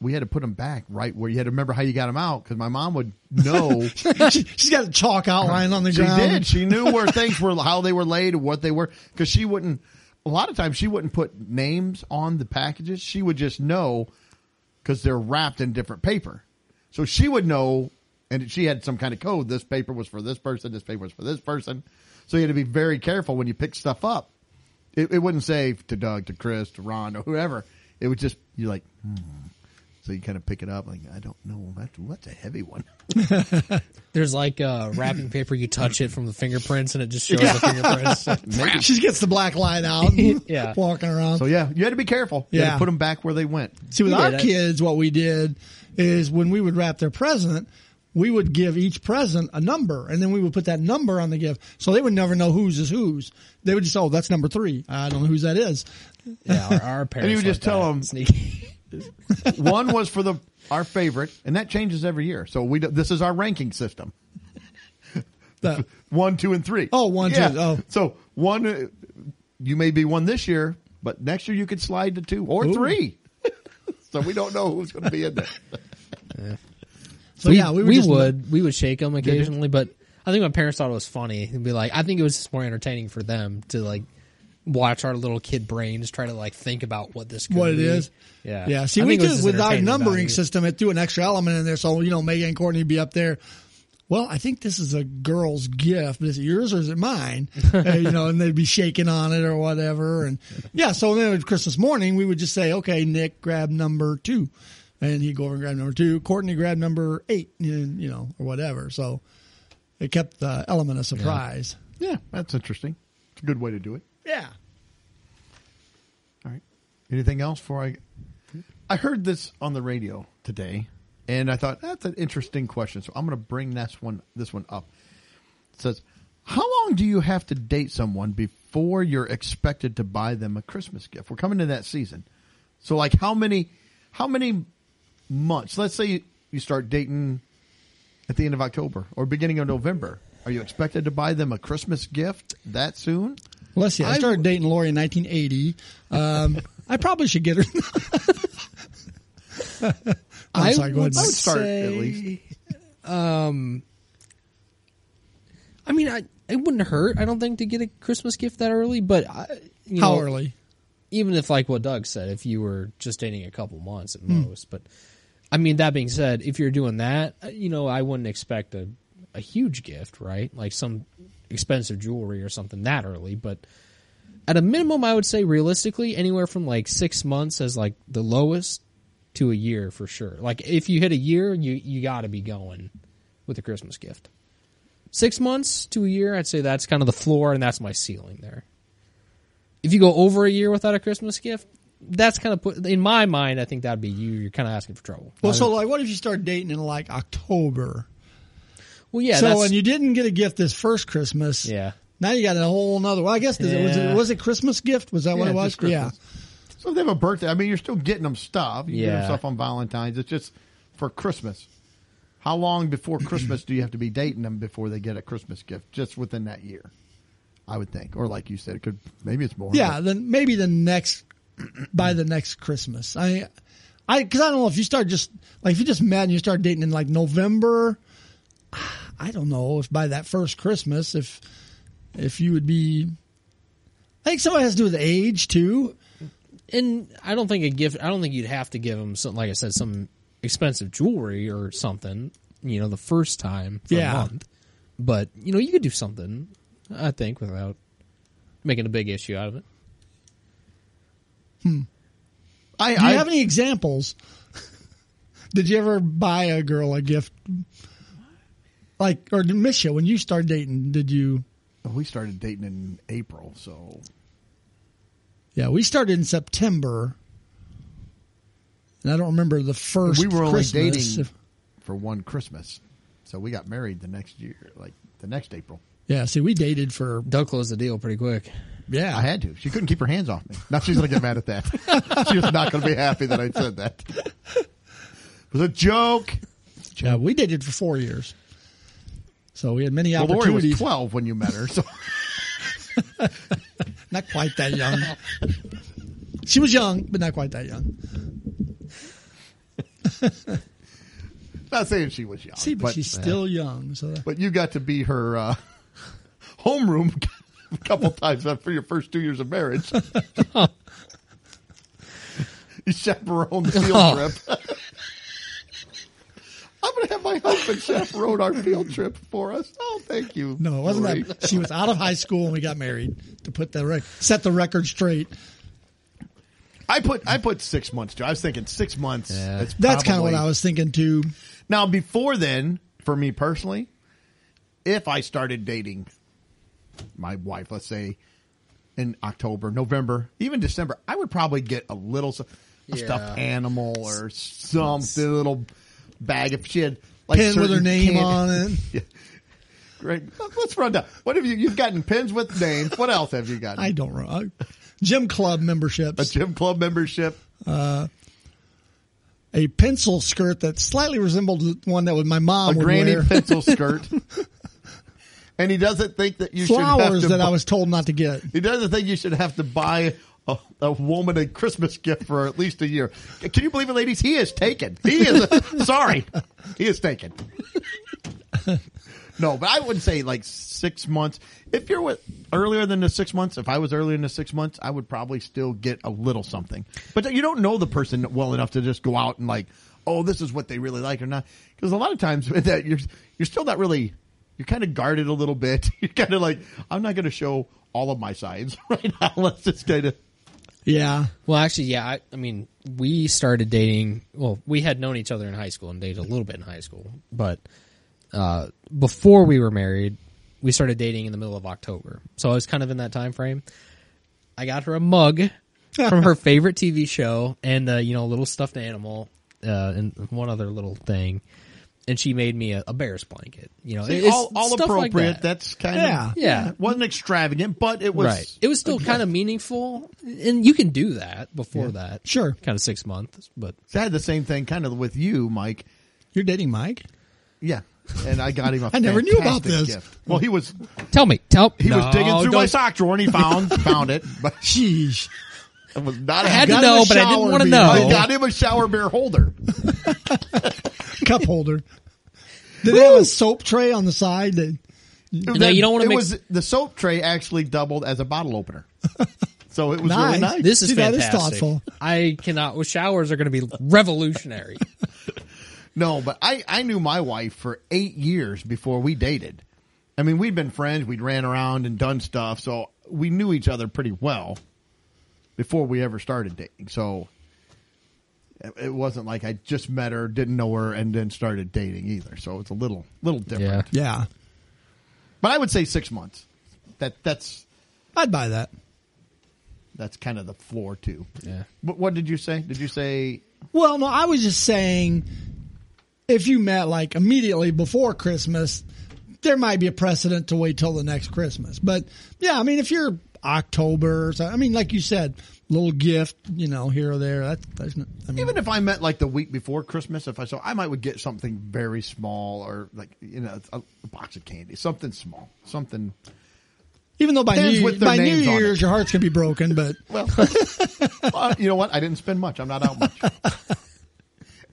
A: we had to put them back right where you had to remember how you got them out because my mom would
B: (laughs)
A: know.
B: she, she's got a chalk outline on the
A: she
B: ground.
A: did. She knew where things were, how they were laid, what they were, because she wouldn't. A lot of times, she wouldn't put names on the packages. She would just know because they're wrapped in different paper. So she would know, and she had some kind of code. This paper was for this person. This paper was for this person. So you had to be very careful when you pick stuff up. It, it wouldn't say to Doug, to Chris, to Ron, or whoever. It would just you're like, hmm. so you kind of pick it up. Like I don't know, that's, that's a heavy
B: (laughs)
A: one.
C: There's like uh, wrapping paper. You touch it from the fingerprints, and it just shows the
B: (laughs)
C: fingerprints.
B: She gets the black line out, and
C: (laughs) Yeah.
B: (laughs) walking around.
A: So yeah, you had to be careful. You had
B: Yeah.
A: to put them back where they went.
B: See, with
C: We
B: our
C: did it.
B: kids, what we did is when we would wrap their present, we would give each present a number, and then we would put that number on the gift, so they would never know whose is whose. They would just, oh, that's number three. I don't know whose that is.
C: (laughs) yeah, our, our parents.
A: you would
C: were
A: just tell
C: that
A: 'em-
C: sneaky.
A: One was for the our favorite, and that changes every year. So we do- this is our ranking system:
B: The-
A: one, two, and three.
B: Oh, one, two, oh.
A: So one, uh, you may be one this year, but next year you could slide to two or three. (laughs) so we don't know who's going to be in there.
B: so yeah, we, were just-
C: would we would shake them occasionally, but I think my parents thought it was funny and be like, I think it was just more entertaining for them to like watch our little kid brains try to like think about what this could
B: What it
C: be.
B: is?
C: Yeah,
B: Yeah, see,
C: I
B: we
C: think it was
B: did
C: just
B: with our
C: entertainment
B: numbering
C: value.
B: system. It threw an extra element in there, so you know Megan and Courtney would be up there. Well, I think this is a girl's gift. Is it yours or is it
C: (laughs)
B: mine? Uh, you know, and they'd be shaking on it or whatever. And yeah, so then on Christmas morning, we would just say, "Okay, Nick, grab number two. and he'd go over and grab number two. Courtney grabbed number eight, and, you know, or whatever. So it kept the element of surprise.
A: Yeah, that's interesting. It's a good way to do it.
B: Yeah,
A: All right. Anything else before I? I heard this on the radio today, and I thought that's an interesting question. So I'm going to bring this one this one up. It says, "How long do you have to date someone before you're expected to buy them a Christmas gift?" We're coming to that season, so like how many how many months? Let's say you, you start dating at the end of October or beginning of November. Are you expected to buy them a Christmas gift that soon?
B: Well, let's see. I
A: I-
B: started dating Lori in 1980. Um, I probably should get her. (laughs) I'm sorry, go ahead,
A: I
B: Mike.
A: would start at
C: say,
A: least.
C: Um, I mean, I it wouldn't hurt. I don't think to get a Christmas gift that early, but I, you
B: How
C: know,
B: early?
C: Even if like what Doug said, if you were just dating a couple months at most, but I mean, that being said, if you're doing that, uh, you know, I wouldn't expect a, a huge gift, right? Like some expensive jewelry or something that early. But at a minimum, I would say realistically, anywhere from like six months as like the lowest to a year for sure. Like if you hit a year, you, you got to be going with a Christmas gift. Six months to a year, I'd say that's kind of the floor and that's my ceiling there if you go over a year without a Christmas gift, that's kind of put in my mind. I think that'd be you. You're kind of asking for trouble.
B: Well, so like, what if you start dating in like October?
C: Well, yeah.
B: so
C: that's,
B: and you didn't get a gift this first Christmas.
C: yeah,
B: Now you got a whole another. Well, I guess this, was,
C: Yeah.
B: it, was it Christmas gift? Was that what
A: Yeah,
B: it was?
A: just Christmas. So if they have a birthday. I mean, you're still getting them stuff. You get
C: Yeah.
A: them stuff on Valentine's. It's just for Christmas. How long before Christmas do you have to be dating them before they get a Christmas gift? Just within that year, I would think. Or like you said, it could maybe it's more.
B: Yeah. Yeah. Then maybe the next by the next Christmas. I, I because I don't know if you start just like if you just met and you start dating in like November. I don't know if by that first Christmas if if you would be. I think some of it has to do with age too.
C: and I don't think a gift. I don't think you'd have to give them some, like I said, some expensive jewelry or something. You know, the first time for
B: Yeah.
C: a month, but you know, you could do something. I think without making a big issue out of it.
A: I,
B: Do
A: I
B: you have any examples? (laughs) Did you ever buy a girl a gift? Like, or did Misha, when you started dating, did you?
A: we started dating in April, so
B: Yeah, we started in September. And I don't remember the first
A: we were only
B: Christmas.
A: dating for one Christmas. So we got married the next year, like the next April.
B: Yeah, see, we dated for,
C: Doug closed the deal pretty quick.
B: yeah.
A: I had to. She couldn't keep her hands off me. Now she's going to get mad at that. (laughs) She was not going to be happy that I said that. It was a joke.
B: yeah, we dated for four years. So we had many
A: Well, Lori was
B: opportunities.
A: 12 when you met her, so (laughs)
B: not quite that young. she was young, but not quite that young.
A: not saying she was young.
B: See, but, she's still young. So
A: (laughs)
B: that,
A: But you got to be her uh, (laughs) homeroom (laughs) a couple times uh, for your first two years of
B: (laughs)
A: marriage. you chaperoned the field
C: Oh.
A: trip. (laughs) I'm going to have my husband chaperone our field trip for us. Oh, thank you.
B: No, it wasn't
A: Lori.
B: that. (laughs) She was out of high school when we got married. To put the rec- set the record straight.
A: I put I put six months. Joe. I was thinking six months.
C: Yeah.
A: is
B: That's kind of what
A: probably-
B: I was thinking too.
A: Now, before then, for me personally, if I started dating my wife, let's say in October, November, even December, I would probably get a little s- a
C: Yeah.
A: stuffed animal or something, little bag if she had like
B: Pin with her
A: certain
B: name
A: candy-
B: on
A: (laughs)
B: it.
A: Right. Let's run down. What have you? You've gotten pins with names. What else have you gotten?
B: I don't know. I- Gym club
A: a
B: memberships,
A: gym club membership.
B: a pencil skirt that slightly resembled the one that would my mom
A: a
B: would
A: granny
B: wear, (laughs)
A: pencil skirt. and he doesn't think that you should have
B: flowers
A: to
B: that
A: bu-
B: I was told not to get.
A: He doesn't think you should have to buy a, a woman a Christmas gift for at least a year. Can you believe it, ladies? He is taken. He is sorry. He is taken. no, but I would say like six months. If you're with earlier than the six months, if I was earlier than the six months, I would probably still get a little something. But you don't know the person well enough to just go out and like, oh, this is what they really like or not. Because a lot of times (laughs) with that you're you're still not really you're kind of guarded a little bit. (laughs) You're kind of like, I'm not going to show all of my sides (laughs) right now. Let's just kind of
B: Yeah,
C: Well, actually, yeah. I, I mean, we started dating. Well, we had known each other in high school and dated a little bit in high school, but uh, before we were married, we started dating in the middle of October. So I was kind of in that time frame. I got her a mug
A: (laughs)
C: from her favorite TV show and uh, you know a little stuffed animal uh, and one other little thing, and she made me a, a bear's blanket. You know, it's
A: all, all
C: stuff like
A: appropriate.
C: that.
A: That's kind
B: Yeah.
A: of
C: Yeah.
A: It wasn't extravagant, but it was
C: right. It was still kind of meaningful, and you can do that before that.
B: Sure.
C: kind of six months, but
A: I had the same thing kind of with you, Mike.
B: you're dating Mike.
A: Yeah. And I got him
C: (laughs)
A: a
B: I never knew about
A: fantastic
B: this.
A: gift. Well, he was
C: tell me, tell
A: he was digging through my
C: don't-
A: sock drawer and
C: (laughs)
A: he found found it, but
B: Sheesh.
A: it was not.
C: I had
A: got
C: to
A: him
C: know,
A: a
C: but I
A: shower
C: didn't want to
A: beer.
C: know.
A: I got him a shower beer holder.
B: (laughs) cup holder. Did they have a soap tray on the side? That,
A: No,
C: (laughs) you don't wanna
A: It
C: make-
A: was the soap tray actually doubled as a bottle
C: (laughs)
A: opener, so it was
B: Nice.
A: really nice.
C: This is
B: See, that is
C: fantastic.
B: thoughtful.
C: I cannot. Well, showers are going to be revolutionary.
A: No, but I, I knew my wife for eight years before we dated. I mean, we'd been friends, we'd ran around and done stuff, so we knew each other pretty well before we ever started dating. So it- it wasn't like I just met her, didn't know her, and then started dating either. So it's a little little different.
C: Yeah.
B: Yeah,
A: But I would say six months. That that's
B: I'd buy that.
A: that's kind of the floor too.
C: Yeah.
A: But what did you say? Did you say
B: Well, no, I was just saying if you met like immediately before Christmas, there might be a precedent to wait till the next Christmas. But yeah, I mean, if you're October, or so, I mean, like you said, little gift, you know, here or there. That, that's not, I mean,
A: even if I met like the week before Christmas, if I saw, I might would get something very small or like you know a, a box of candy, something small, something.
B: even though by
A: Depends
B: New,
A: with their
B: by New
A: names on
B: Year's
A: it.
B: your heart's gonna be broken, but
C: (laughs)
A: Well, uh, you know what? I didn't spend much. I'm not out much.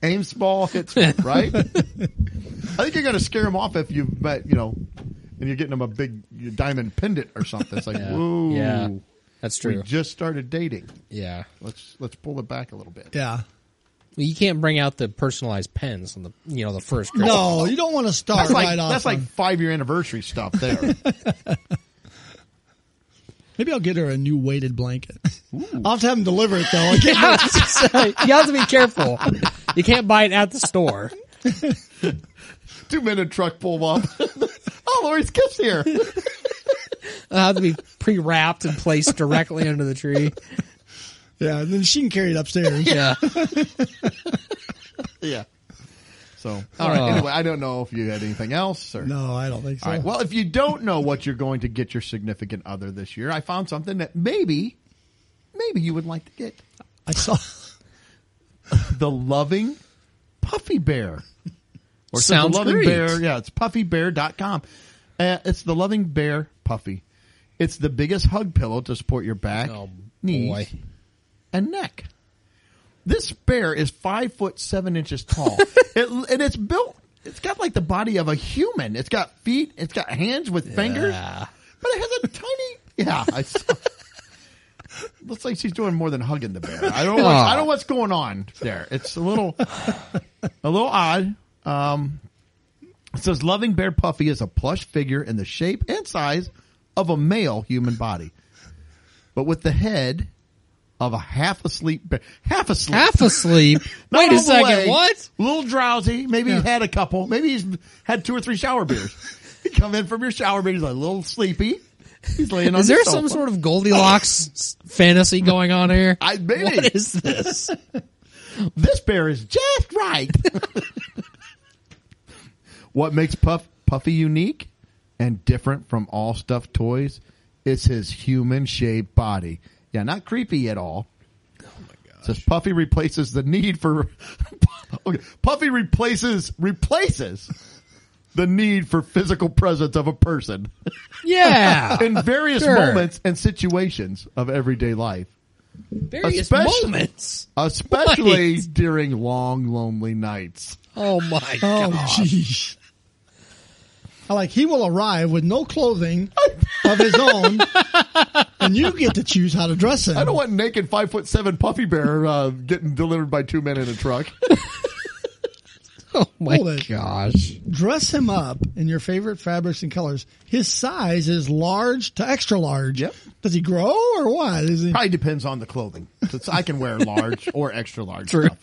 A: Aim small, hit small, right? I think you're going to scare them off if you bet, you know, and you're getting them a big diamond pendant or something. It's like,
C: Yeah.
A: whoa,
C: Yeah. That's
A: we
C: true.
A: just started dating.
C: yeah.
A: Let's let's pull it back a little bit.
B: yeah.
C: Well, you can't bring out the personalized pens on the you know the first Christmas. (laughs)
B: No, you don't want to start
A: That's like
B: right off.
A: that's like
B: on-
A: five year anniversary stuff there.
B: maybe I'll get her a new weighted blanket. (laughs) I'll have to have them deliver it though. I
A: (laughs)
B: can't-
C: you have to be careful. You can't buy it at the store.
A: Two men in a truck pull up. (laughs) oh, Lori's gifts
C: (laughs)
A: here.
C: It'll have to be pre-wrapped and placed directly under
A: (laughs)
C: the tree.
B: yeah, and then she can carry it upstairs.
C: Yeah.
A: yeah. So, all right.
C: Oh.
A: Anyway, I don't know if you had anything else or.
B: No, I don't think so.
A: All right. Well, if you don't know what you're going to get your significant other this year, I found something that maybe, maybe you would like to get (laughs)
B: I saw.
A: the loving puffy bear. Or it says
C: Sounds
A: the loving
C: great.
A: bear. Yeah, it's puffybear.com. Uh, it's the loving bear puffy. It's the biggest hug pillow to support your back,
C: Oh,
A: knees,
C: boy.
A: and neck. This bear is five foot seven inches tall, it, and it's built. It's got like the body of a human. It's got feet. It's got hands with fingers,
C: Yeah.
A: but it has a tiny. Yeah, I saw. (laughs) looks like she's doing more than hugging the bear. I don't. Know what's, I don't know what's going on there. It's a little, a little odd. Um, it says loving bear puffy is a plush figure in the shape and size of a male human body, but with the head of a half asleep bear. Half asleep.
C: Half (laughs) asleep. Wait a
A: Not
C: second.
A: awake,
C: What?
A: A little drowsy. Maybe he had a couple. Maybe he's had two or three shower beers. (laughs) you come in from your shower beer. He's a little sleepy. He's laying on.
C: Is
A: the
C: there
A: sofa.
C: some sort of Goldilocks s- (laughs) fantasy going on here?
A: I maybe
C: (laughs) What is this?
A: this bear is just right. (laughs) what makes Puff Puffy unique and different from all stuffed toys is his human shaped body. Yeah, not creepy at all. Oh Says Puffy replaces the need for (laughs) okay, Puffy replaces replaces the need for physical presence of a person
C: (laughs) Yeah.
A: in various
C: Sure.
A: moments and situations of everyday life
C: Various
A: especially-
C: moments.
A: especially
C: Right.
A: during long, lonely nights.
C: Oh my
B: (laughs) Oh,
C: god.
B: jeez. I like he will arrive with
A: (laughs)
B: no clothing of his own, and you get to choose how to dress him.
A: I don't want naked five foot seven puffy bear uh, getting delivered by two men in a truck.
C: Oh my
B: Hold it.
C: gosh.
B: dress him up in your favorite fabrics and colors. His size is large to extra large.
A: Yep.
B: Does he grow or what? Is he?
A: Probably depends on the clothing. Since I can wear large or extra large
C: True.
A: stuff.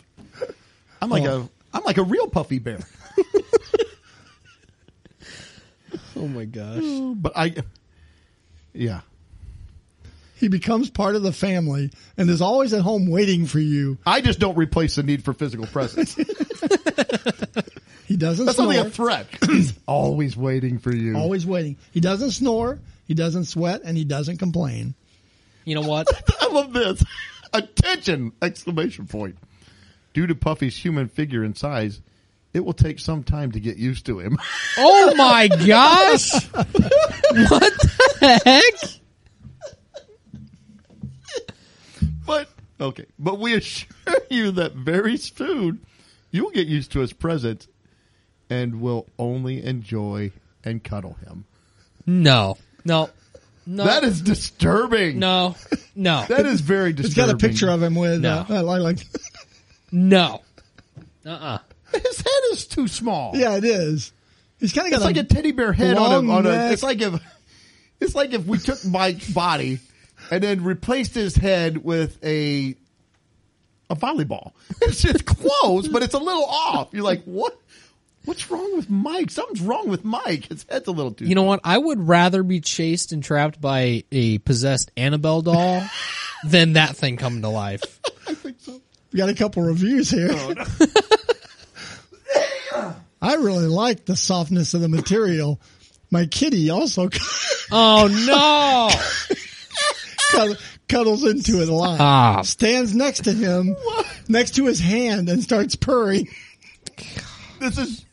A: I'm like a I'm like a real puffy bear,
C: Oh my gosh.
A: but I yeah.
B: He becomes part of the family and is always at home waiting for you.
A: I just don't replace the need for physical (laughs) presence.
B: He doesn't
A: That's
B: snore.
A: only a (clears throat) threat. Always waiting for you.
B: always waiting. He doesn't snore. He doesn't sweat, and he doesn't complain.
C: (sighs) You know what?
A: (laughs) I love this. Attention! Exclamation point. Due to Puffy's human figure and size, it will take some time to get used to him.
C: (laughs)
A: (laughs)
C: Oh my (laughs) gosh. what the heck?
A: But okay, but we assure (laughs) you that very soon you'll get used to his presence and will only enjoy and cuddle him.
C: No. No. No.
A: that is disturbing.
C: (laughs) no. No.
A: That is very
B: He's
A: disturbing.
B: uh, got a picture of him with.
C: No.
B: Uh, I like.
C: No. Uh uh
A: His head is too small.
B: (laughs) Yeah, it is. He's kind of got
A: It's like a teddy bear head on a,
B: long
A: on a
B: neck.
A: it's like if (laughs) it's like if we took Mike's body and then replaced his head with a a volleyball. (laughs) It's just close, but it's a little off. You're like, what what's wrong with Mike? Something's wrong with Mike. His head's a little too
C: You know what? I would rather be chased and trapped by a possessed Annabelle doll than that thing coming to life.
B: We got a couple reviews here.
A: Oh,
B: (laughs) I really like the softness of the material. My kitty also
C: Oh no!
B: cuddle- cuddles into it a lot.
C: Ah.
B: Stands next to him, next to his hand, and starts purring.
A: this is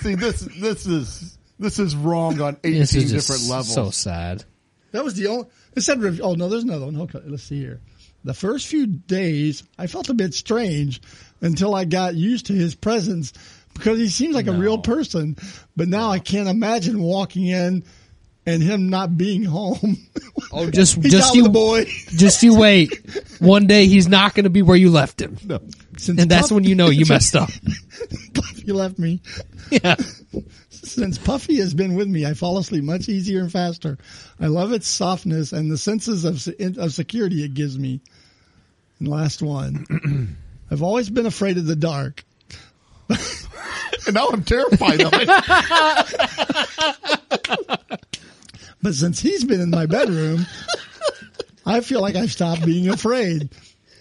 A: see this this is this is wrong on 18
C: This is just
A: different levels.
C: so sad.
B: That was the only. It said review. Oh no, there's another one. Okay, let's see here. The first few days, I felt a bit strange until I got used to his presence because he seems like a real person. But now I can't imagine walking in and him not being home. (laughs)
C: Oh, just
B: He's
C: just
B: out
C: you
B: with the boy.
C: (laughs) Just you wait. One day he's not going to be where you left him,
B: Since
C: and that's
B: Puff-
C: when
B: (laughs)
C: you know you messed up.
B: Puffy left me.
C: Yeah.
B: Since Puffy has been with me, I fall asleep much easier and faster. I love its softness and the senses of se- of security it gives me. And last one, I've always been afraid of the dark.
A: And now I'm terrified of it. (laughs)
B: But since he's been in my bedroom, I feel like I've stopped being afraid.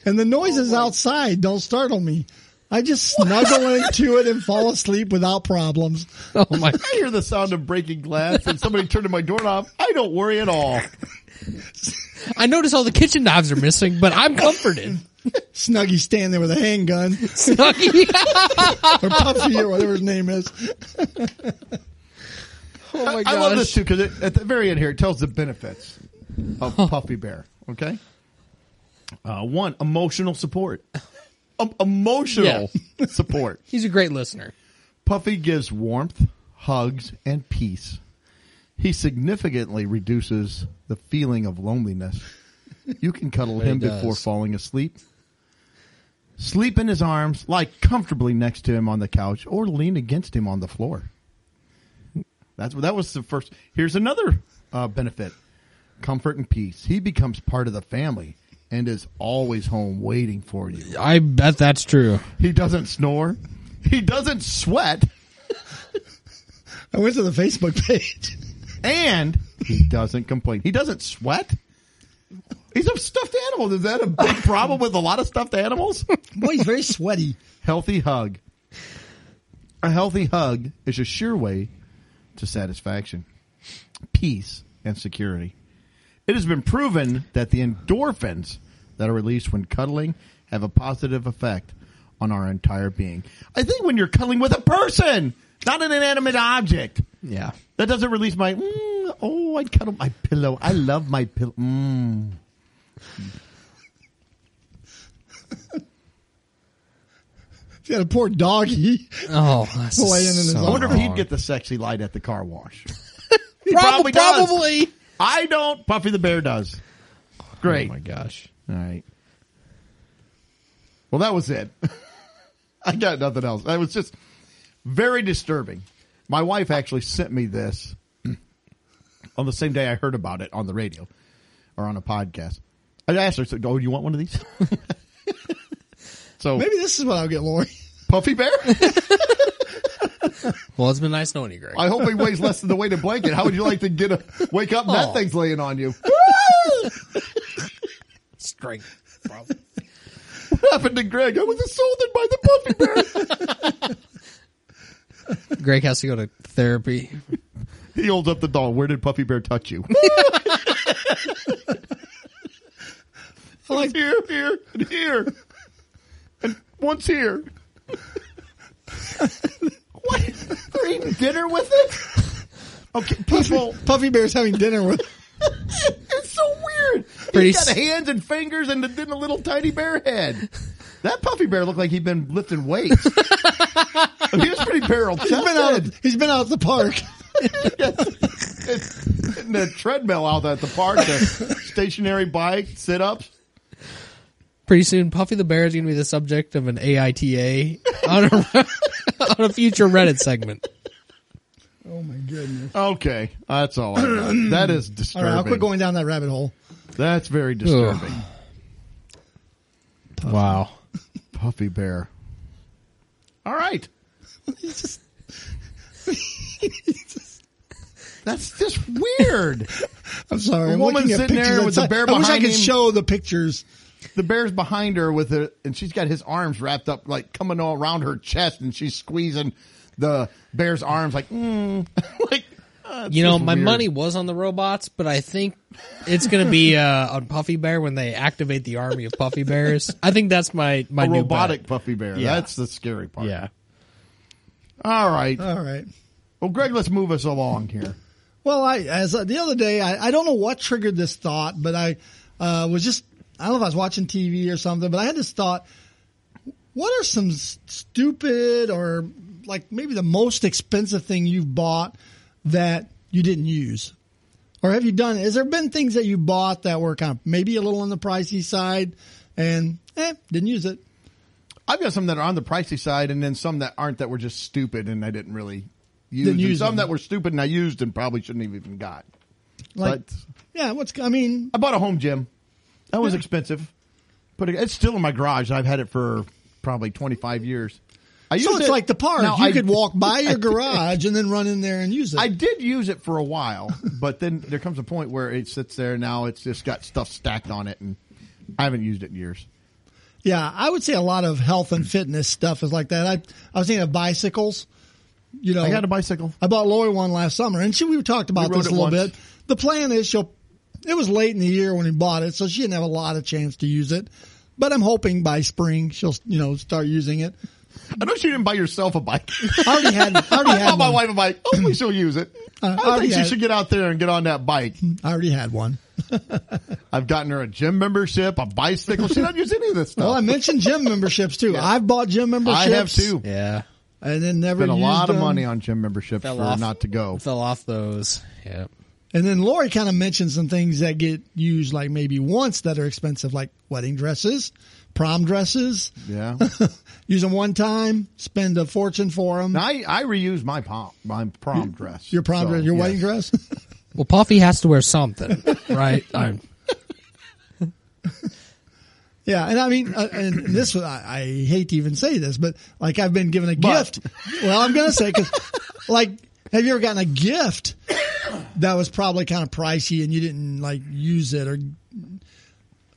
B: And the noises outside don't startle me. I just snuggle into it and fall asleep without problems.
C: Oh my.
A: I hear the sound of breaking glass and somebody turning my doorknob. I don't worry at all.
C: I notice all the kitchen knives are missing, but I'm comforted.
B: Snuggy standing there with a handgun
C: (laughs) Snuggy.
B: or Puffy or whatever his name is.
C: oh my
A: I love this
C: gosh.
A: too because at the very end here it tells the benefits of Puffy Bear. Okay, uh, one emotional
C: (laughs)
A: support, Um, emotional support.
C: He's a great listener.
A: Puffy gives warmth, hugs, and peace. He significantly reduces the feeling of loneliness. You can cuddle
C: (laughs) He
A: him before
C: does.
A: falling asleep. Sleep in his arms, lie comfortably next to him on the couch, or lean against him on the floor. That's that was the first. Here's another uh, benefit: comfort and peace. He becomes part of the family and is always home waiting for you.
C: I bet that's true.
A: He doesn't snore. He doesn't sweat.
B: I went to the Facebook (laughs) page.
A: and he doesn't complain. He doesn't sweat. He's a stuffed animal. Is that a big problem with a lot of stuffed animals?
B: Boy, he's very (laughs) sweaty.
A: healthy hug. A healthy hug is a sure way to satisfaction, peace, and security. It has been proven that the endorphins that are released when cuddling have a positive effect on our entire being. I think when you're cuddling with a person, not an inanimate object.
C: Yeah.
A: That doesn't release my. Mm, oh, I cuddle my pillow. I love my pillow. Mm.
B: He's got a poor doggy.
C: Oh, that's
B: Laying in his
C: so
B: arm.
A: I wonder if he'd
C: wrong.
A: get the sexy light at the car wash.
C: Prob-
A: probably does.
C: probably.
A: I don't. Puffy the bear does. Great.
C: Oh my gosh.
A: All right. Well, that was it. (laughs) I got nothing else. That was just very disturbing. My wife actually sent me this (clears throat) on the same day I heard about it on the radio or on a podcast. I asked her, I said, "Oh, do you want one of these?" (laughs) so
B: Maybe this is what I'll get, Lori. (laughs)
A: Puffy Bear. (laughs)
C: Well, it's been nice knowing you, Greg.
A: I hope he weighs less than the weighted blanket. How would you like to get a wake up? and
C: Aw.
A: That thing's laying on you.
C: Strength. Probably.
A: What happened to Greg? I was assaulted by the Puffy Bear.
C: (laughs) Greg has to go to therapy.
A: He holds up the doll. Where did Puffy Bear touch (laughs) you?
B: I like
A: here, here, and here, and once here. (laughs) what? They're eating dinner with it? Okay, people,
B: Puffy Bear's having dinner (laughs) with.
A: it's so weird.
C: Pretty
A: He's got
C: s-
A: hands and fingers and then a little tiny bear
B: (laughs)
A: head. That puffy bear looked like he'd been lifting weights. I mean, he was pretty barrel
B: He's been out.
A: chested.
B: He's been out at the park.
A: And the treadmill out at the park,
B: (laughs)
A: the stationary bike, sit ups.
C: Pretty soon, Puffy the Bear is going to be the subject of an AITA (laughs) on a on a future Reddit segment.
B: (laughs) Oh my goodness!
A: Okay, that's all. I got. that is
B: All
A: disturbing.
B: right, I'll quit going down that rabbit hole.
A: That's very disturbing.
C: Wow.
A: Puffy bear. All
C: (laughs)
A: right,
B: It's just-
A: that's just weird.
B: I'm sorry.
A: The
B: I'm
A: woman's
B: looking at
A: sitting there
B: pictures
A: with the
B: outside.
A: bear
B: I wish I
A: behind
B: could
A: him.
B: show the pictures.
A: the bear's behind her with her, and she's got his arms wrapped up, like coming all around her chest, and she's squeezing the bear's arms, like, mm, like. uh, it's
C: You know,
A: just
C: my
A: weird.
C: money was on the robots, but I think it's going to be uh, on Puffy Bear when they activate the army of Puffy Bears. I think that's my my
A: A
C: new
A: robotic puffy bear.
C: Yeah.
A: That's the scary
C: bet.
A: part.
C: Yeah. Uh.
A: All right.
B: All right.
A: Well, Greg, let's move us along here.
B: Well, I as uh, the other day, I, I don't know what triggered this thought, but I uh, was just I don't know if I was watching TV or something, but I had this thought: What are some s- stupid or like maybe the most expensive thing you've bought that you didn't use, or have you done? Has there been things that you bought that were kind of maybe a little on the pricey side and eh, didn't use it?
A: I've got some that are on the pricey side, and then some that aren't that were just stupid, and I didn't really use.
B: Didn't
A: and
B: use
A: some
B: them.
A: that were stupid, and I used, and probably shouldn't have even got.
B: Like,
A: But-
B: yeah, what's I mean,
A: I bought a home gym. That was expensive, but it, it's still in my garage. I've had it for probably twenty five years. I
B: So
A: used
B: it's
A: it-
B: like the park.
A: Now, (laughs)
B: you
A: I-
B: could walk by your garage and then run in there and use it.
A: I did use it for a while, (laughs) but then there comes a point where it sits there. Now it's just got stuff stacked on it, and I haven't used it in years.
B: yeah, I would say a lot of health and fitness stuff is like that. I I was thinking of bicycles. You know,
A: I got a bicycle.
B: I bought Lori one last summer, and she we talked about
A: We rode
B: this a
A: it
B: little
A: once.
B: bit. The plan is she'll. It was late in the year when we bought it, so she didn't have a lot of chance to use it. But I'm hoping by spring she'll you know start using it.
A: I know she didn't buy herself a bike. (laughs)
B: I already had. I already
A: I
B: had
A: bought my
B: one.
A: wife a bike. Hopefully she'll use it.
B: (clears throat) Uh,
A: I think she
B: yeah.
A: should get out there and get on that bike.
B: I already had one.
A: I've gotten her a gym membership, a bicycle. She don't use any of this stuff.
B: Well, I mentioned gym
A: (laughs)
B: memberships too. I've bought gym
A: Oh. I
B: memberships.
A: have too.
C: Yeah.
B: and then never
A: Spent a
B: used um,
A: lot of
B: them.
A: money on gym memberships
C: Fell
A: for
C: off.
A: not to go.
C: Fell off those. Yeah.
B: And then Lori kind of mentioned some things that get used like maybe once that are expensive, like wedding dresses, prom dresses.
A: Yeah.
B: Use them one time, spend a fortune for them.
A: Now, I, I reuse my prom, my prom dress.
B: your prom
A: So,
B: dress, your
A: yeah.
B: wedding dress.
C: Well, Puffy has to wear something, (laughs) right? I'm,
B: yeah, and I mean, uh, and this I, I hate to even say this, but like I've been given a
A: But.
B: gift. Well, I'm gonna say because like. Have you ever gotten a gift that was probably kind of pricey and you didn't like use it or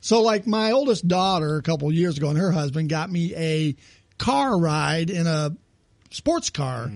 B: So like my oldest daughter a couple years ago and her husband got me a car ride in a sports car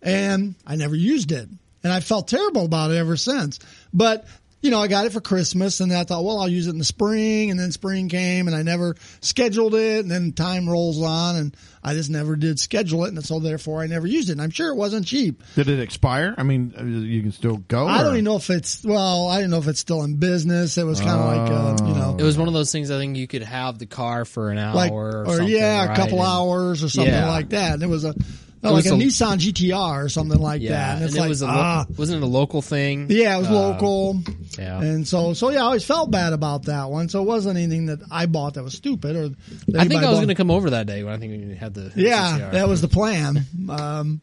B: and I never used it and I felt terrible about it ever since. But you know, I got it for Christmas and I thought, well, I'll use it in the spring and then spring came and I never scheduled it and then time rolls on and I just never did schedule it and so therefore I never used it. And I'm sure it wasn't cheap.
A: Did it expire? I mean, uh, you can still go.
B: I
A: or-
B: don't even know if it's well. I don't know if it's still in business. It was kind of like uh, you know,
C: it was one of those things I think you could have the car for an hour
B: like
C: or,
B: or
C: something,
B: yeah, a
C: right?
B: couple
C: And-
B: hours or something
C: Yeah.
B: like that. And it was a like
C: was
B: a,
C: a-
B: Nissan GTR or something like
C: Yeah.
B: that. And
C: And,
B: it's
C: it
B: like
C: was a lo-
B: ah,
C: wasn't it a local thing?
B: yeah, it was
C: Uh,
B: local.
C: yeah.
B: and so so yeah, I always felt bad about that one. So it wasn't anything that I bought that was stupid or. that
C: I think
B: anybody
C: I
B: bought.
C: was going to come over that day when I think we had the
B: Yeah,
C: CCR.
B: that was the plan. Um,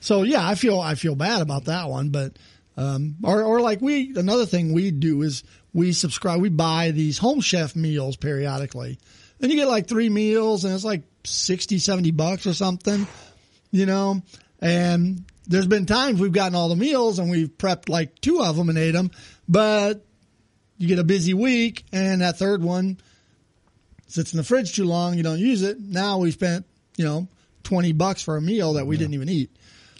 B: so yeah, I feel I feel bad about that one, but um, or or like we another thing we do is we subscribe, we buy these home chef meals periodically, and you get like three meals, and it's like 60, 70 bucks or something, you know. And there's been times we've gotten all the meals and we've prepped like two of them and ate them, but you get a busy week, and that third one sits in the fridge too long, you don't use it. Now we spent, you know, 20 bucks for a meal that we didn't even eat.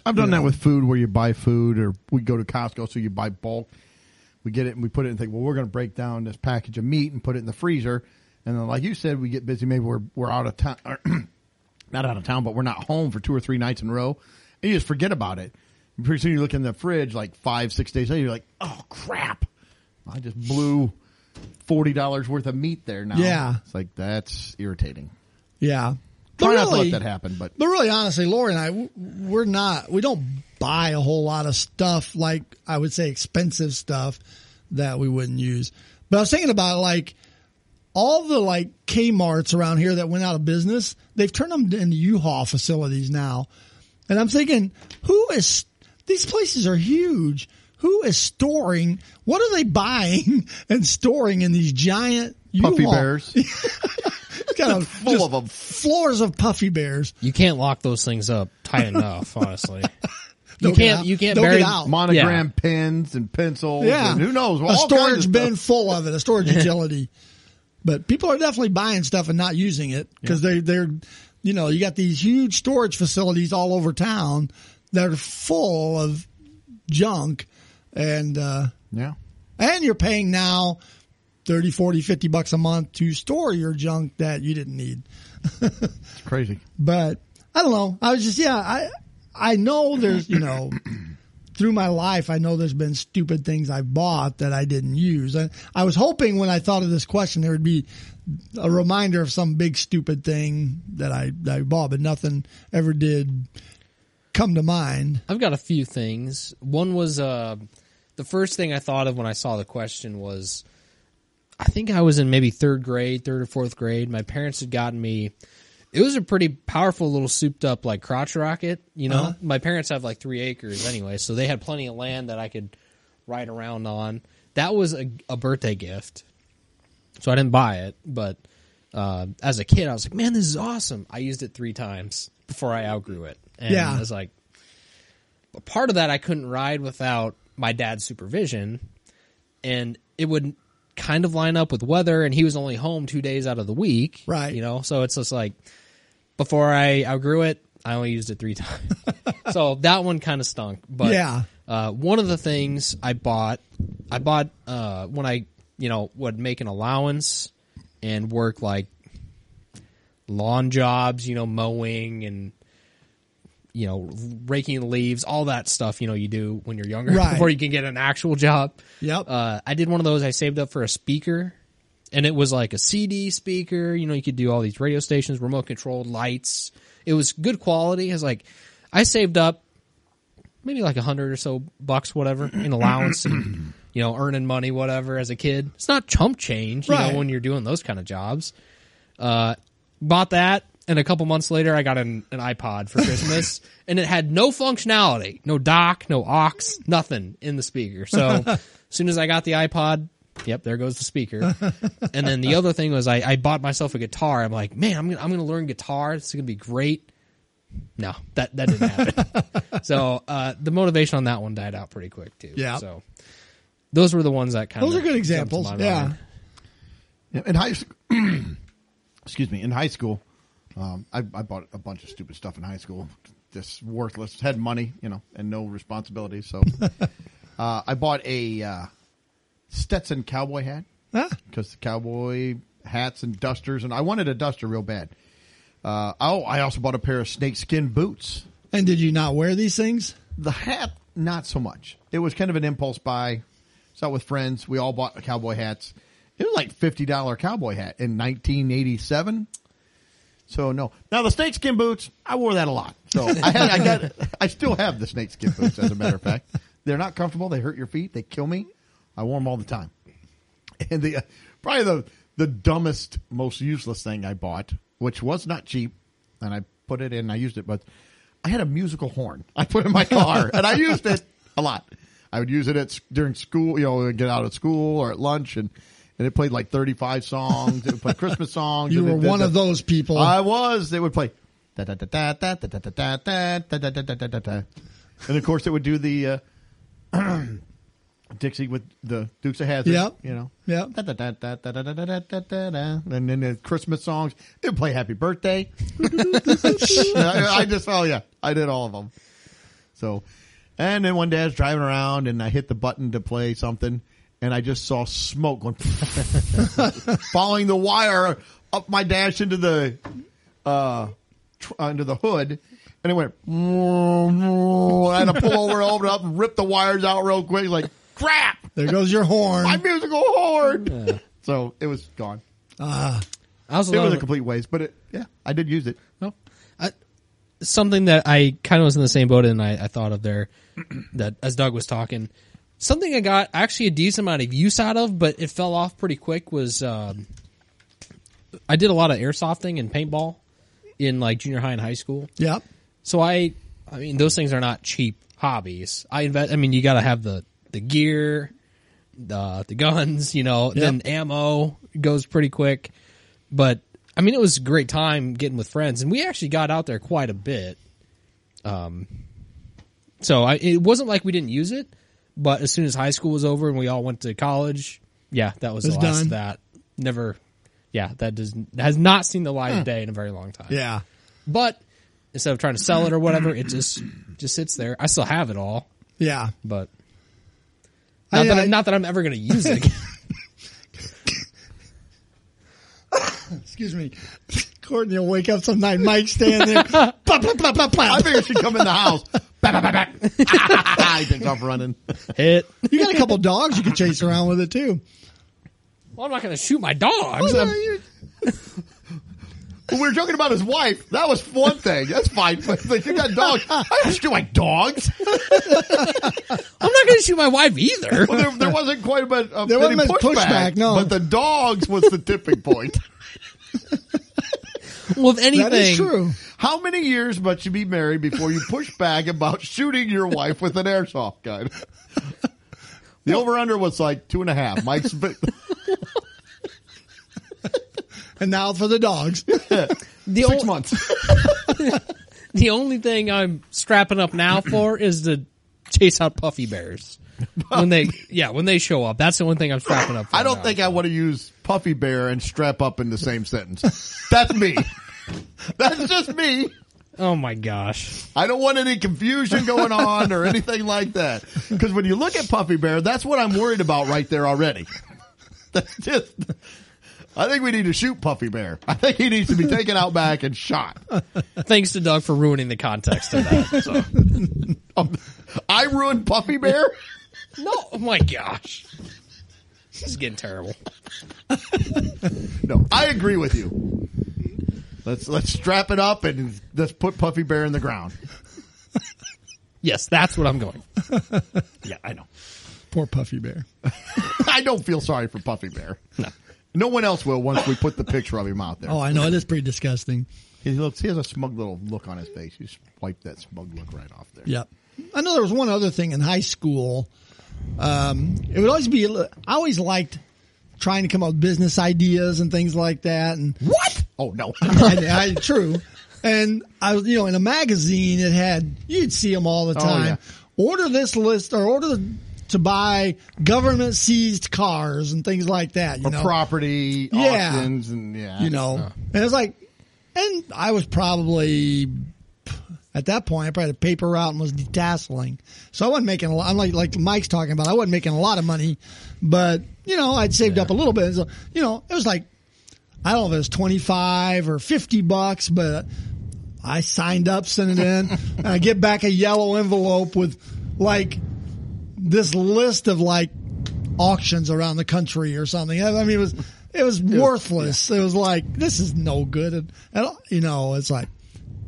A: I've done that with food where you buy food or we go to Costco, so you buy bulk. We get it and we put it and think, well, we're going to break down this package of meat and put it in the freezer. And then, like you said, we get busy. Maybe we're we're out of town, (clears throat) or not out of town, but we're not home for two or three nights in a row. And you just forget about it. And pretty soon you look in the fridge like five, six days later, you're like, oh, crap. I just blew $40 worth of meat there now.
B: Yeah.
A: It's like, that's irritating.
B: Yeah. But
A: Try not to
B: really-
A: let that happen, but
B: But really, honestly, Lori and I, w- we're not, we don't buy a whole lot of stuff, like I would say expensive stuff that we wouldn't use. But I was thinking about like all the like Kmart's around here that went out of business, they've turned them into U-Haul facilities now. And I'm thinking, who is, these places are huge. Who is storing, what are they buying (laughs) and storing in these giant
A: Puffy
B: U-Haul?
A: bears.
B: (laughs) Kind of
A: Full
B: just
A: of 'em.
B: Floors of puffy bears.
C: You can't lock those things up tight enough,
B: (laughs)
C: honestly.
B: They'll
C: you
B: get
C: can't.
B: out.
C: You can't
B: They'll get
C: bury
B: out.
A: Monogram pens and pencils.
B: Yeah.
A: And who knows?
B: a
A: all kinds of
B: storage
A: stuff.
B: bin full of it,
A: (laughs)
B: a storage utility. But people are definitely buying stuff and not using it because they they're you know, you got these huge storage facilities all over town that are full of junk and uh
A: Yeah.
B: and you're paying now 30, 40, 50 bucks a month to store your junk that you didn't need.
A: It's crazy.
B: But I don't know. I was just yeah, I I know there's
A: (clears throat)
B: you know through my life I know there's been stupid things I bought that I didn't use. And I was hoping when I thought of this question there would be a reminder of some big stupid thing that I that I bought, but nothing ever did come to mind.
C: I've got a few things. One was uh, the first thing I thought of when I saw the question was I think I was in maybe third grade, third or fourth grade. My parents had gotten me. It was a pretty powerful little souped up like crotch rocket. You know,
B: Uh-huh.
C: my parents have like three acres anyway, so they had plenty of land that I could ride around on. That was a, a birthday gift, so I didn't buy it. But uh, as a kid, I was like, "Man, this is awesome!" I used it three times before I outgrew it, and
B: Yeah.
C: I was like, but part of that I couldn't ride without my dad's supervision, and it would kind of line up with weather. And he was only home two days out of the week,
B: Right.
C: You know, so it's just like before I outgrew it, I only used it three (laughs) times. so that one kind of stunk. But
B: Yeah.
C: uh, one of the things I bought, I bought uh, when I you know would make an allowance and work like lawn jobs, you know, mowing and you know raking leaves, all that stuff you know you do when you're younger (laughs)
B: Right.
C: before you can get an actual job.
B: Yep.
C: Uh, I did one of those. I saved up for a speaker, and it was like a CD speaker. You know, you could do all these radio stations, remote controlled lights. It was good quality. It was like I saved up maybe like a hundred or so bucks, whatever, in allowance, and, you know, earning money, whatever, as a kid. It's not chump change, you
B: Right.
C: know, when you're doing those kind of jobs. Uh, bought that, and a couple months later, I got an, an iPod for Christmas, and it had no functionality, no dock, no aux, nothing in the speaker. So as soon as I got the iPod, yep, there goes the speaker. And then the other thing was I, I bought myself a guitar. I'm like, man, I'm gonna, I'm gonna learn guitar. This is gonna be great. No, that that didn't happen.
B: (laughs)
C: so uh, the motivation on that one died out pretty quick too.
B: Yeah.
C: So those were the ones that kind of
B: Those are good examples. Yeah.
A: In high school, (clears throat) excuse me, in high school, um, I, I bought a bunch of stupid stuff in high school, just worthless. Had money, you know, and no responsibility.
B: (laughs)
A: So, uh, I bought a uh, Stetson cowboy hat
B: Huh?
A: because the cowboy hats and dusters, and I wanted a duster real bad. Uh, oh, I also bought a pair of snakeskin boots.
B: And did you not wear these things?
A: The hat, not so much. It was kind of an impulse buy. It's out with friends. We all bought cowboy hats. It was like fifty dollar cowboy hat in nineteen eighty seven. So no. Now the snakeskin boots, I wore that a lot. So I had, I got, I still have the snakeskin boots. As a matter of fact, they're not comfortable. They hurt your feet. They kill me. I wore them all the time. And the uh, probably the the dumbest, most useless thing I bought, which was not cheap, and I put it in. I used it, but I had a musical horn. I put in my
B: (laughs)
A: car, and I used it a lot. I would use it at s- during school. You know, get out of school or at lunch, and and it played like thirty five songs. It would play Christmas songs.
B: You
A: and it
B: were
A: did
B: one
A: the-
B: of those people.
A: I was. They would play. da, da, da, da, da, da, da, da, da, da, da, da, da, da, da, da. And of course, it would do the uh, Dixie with the Dukes of Hazzard.
B: Yep.
A: You know.
B: Yep.
A: Da, da, da, da, da, da, da, da, da, da, da. And then the Christmas songs. It would play Happy
B: (laughs)
A: Birthday. I, I just, oh yeah, I did all of them. So, and then one day I was driving around and I hit the button to play something and I just saw smoke going (laughs) following the wire up my dash into the, uh, tr- under the hood. And it went, (laughs) I had to pull over, open up, and rip the wires out real quick. Like, crap,
B: there goes
A: (laughs)
B: your horn.
A: my musical horn. So it was gone.
B: Uh,
C: I also
A: It was
C: thought
A: a complete waste, but it, yeah, I did use it.
C: No. I, something that I kind of was in the same boat and I, I thought
B: (clears throat)
C: of there that as Doug was talking, something I got actually a decent amount of use out of, but it fell off pretty quick was um, I did a lot of airsofting and paintball in like junior high and high school.
B: Yep.
C: So I I mean, those things are not cheap hobbies. I invest. I mean, you got to have the the gear, the the guns. You know, then ammo goes pretty quick. But I mean, it was a great time getting with friends, and we actually got out there quite a bit. Um, So I, it wasn't like we didn't use it, but as soon as high school was over and we all went to college, yeah, that was
B: It
C: the
B: was
C: last of
B: done.
C: that. Never, yeah, that does has not seen the light of day in a very long time.
A: Yeah.
C: But instead of trying to sell it or whatever, it just just sits there. I still have it all,
B: Yeah.
C: but not,
B: I-
A: uh,
C: that,
B: I-
C: I, not that I'm ever going to use
A: (laughs)
C: it. again.
B: Excuse me. (laughs) Courtney will wake up some night. Mike stand (laughs) there. plop, plop, plop, plop,
A: I
B: plop.
A: figured she'd come in the (laughs) house. Bah, bah, bah, bah. (laughs) he takes off running.
C: Hit.
B: You got a couple dogs you could (laughs) chase around with it too.
C: Well, I'm not going to shoot my
A: (laughs)
C: dogs.
A: Well,
C: I'm-
A: you- When we were joking about his wife. That was one thing. That's fine. But like, you got dogs. I just do like dogs.
C: I'm not going to shoot my wife either.
A: (laughs) Well, there, there wasn't quite a bit of
B: There wasn't
A: any
B: much
A: pushback,
B: pushback, no.
A: But the dogs was the tipping point. (laughs)
C: Well, if anything,
B: That is true.
A: How many years must you be married before you push back about shooting your wife with an airsoft gun? The over under was like two and a half. Mike's
B: (laughs)
A: but
B: And now for the dogs. (laughs)
C: the
A: six
C: only,
A: months.
C: the only thing I'm strapping
A: (clears throat)
C: up now for is to chase out puffy bears when they yeah when they show up. That's the one thing I'm strapping up. for
A: I don't
C: now.
A: think I want to use puffy bear and strap up in the same sentence. That's me. (laughs) That's just me.
C: Oh my gosh.
A: I don't want any confusion going (laughs) on or anything like that. Because when you look at Puffy Bear, that's what I'm worried about right there already. (laughs) That's just. I think we need to shoot Puffy Bear. I think he needs to be taken out back and shot. (laughs)
C: Thanks to Doug for ruining the context of that. So.
A: Um, I ruined Puffy Bear.
C: No, oh my gosh. This is getting terrible.
A: No, I agree with you. Let's let's strap it up and let's put Puffy Bear in the ground. (laughs)
C: Yes, that's what I'm going.
A: (laughs)
C: Yeah, I know.
B: Poor puffy bear.
A: I don't feel sorry for Puffy Bear. No, no one else will once we put the picture of him out there.
B: Oh, I know. It is pretty disgusting.
A: He looks. He has a smug little look on his face. He's wiped that smug look right off there.
B: Yep. I know there was one other thing in high school. Um, it would always be, I always liked trying to come up with business ideas and things like that. And
A: What? Oh
B: (laughs)
A: no. (laughs)
B: and I, true. And I was, you know, in a magazine, it had, you'd see them all the
A: Oh,
B: time. Order this list or order to buy government seized cars and things like that. You
A: Or
B: know,
A: property
B: Yeah.
A: auctions and yeah.
B: you know, and it's like, and I was probably at that point, I probably had a paper route and was detasseling. So I wasn't making a lot, I'm like, like Mike's talking about, I wasn't making a lot of money, but you know, I'd saved up a little bit. So, you know, it was like, I don't know if it was 25 or 50 bucks, but I signed up, sent it in, and I get back a yellow envelope with like this list of like auctions around the country or something. I I mean, it was, it was worthless. It was like, this is no good. And, and you know, it's like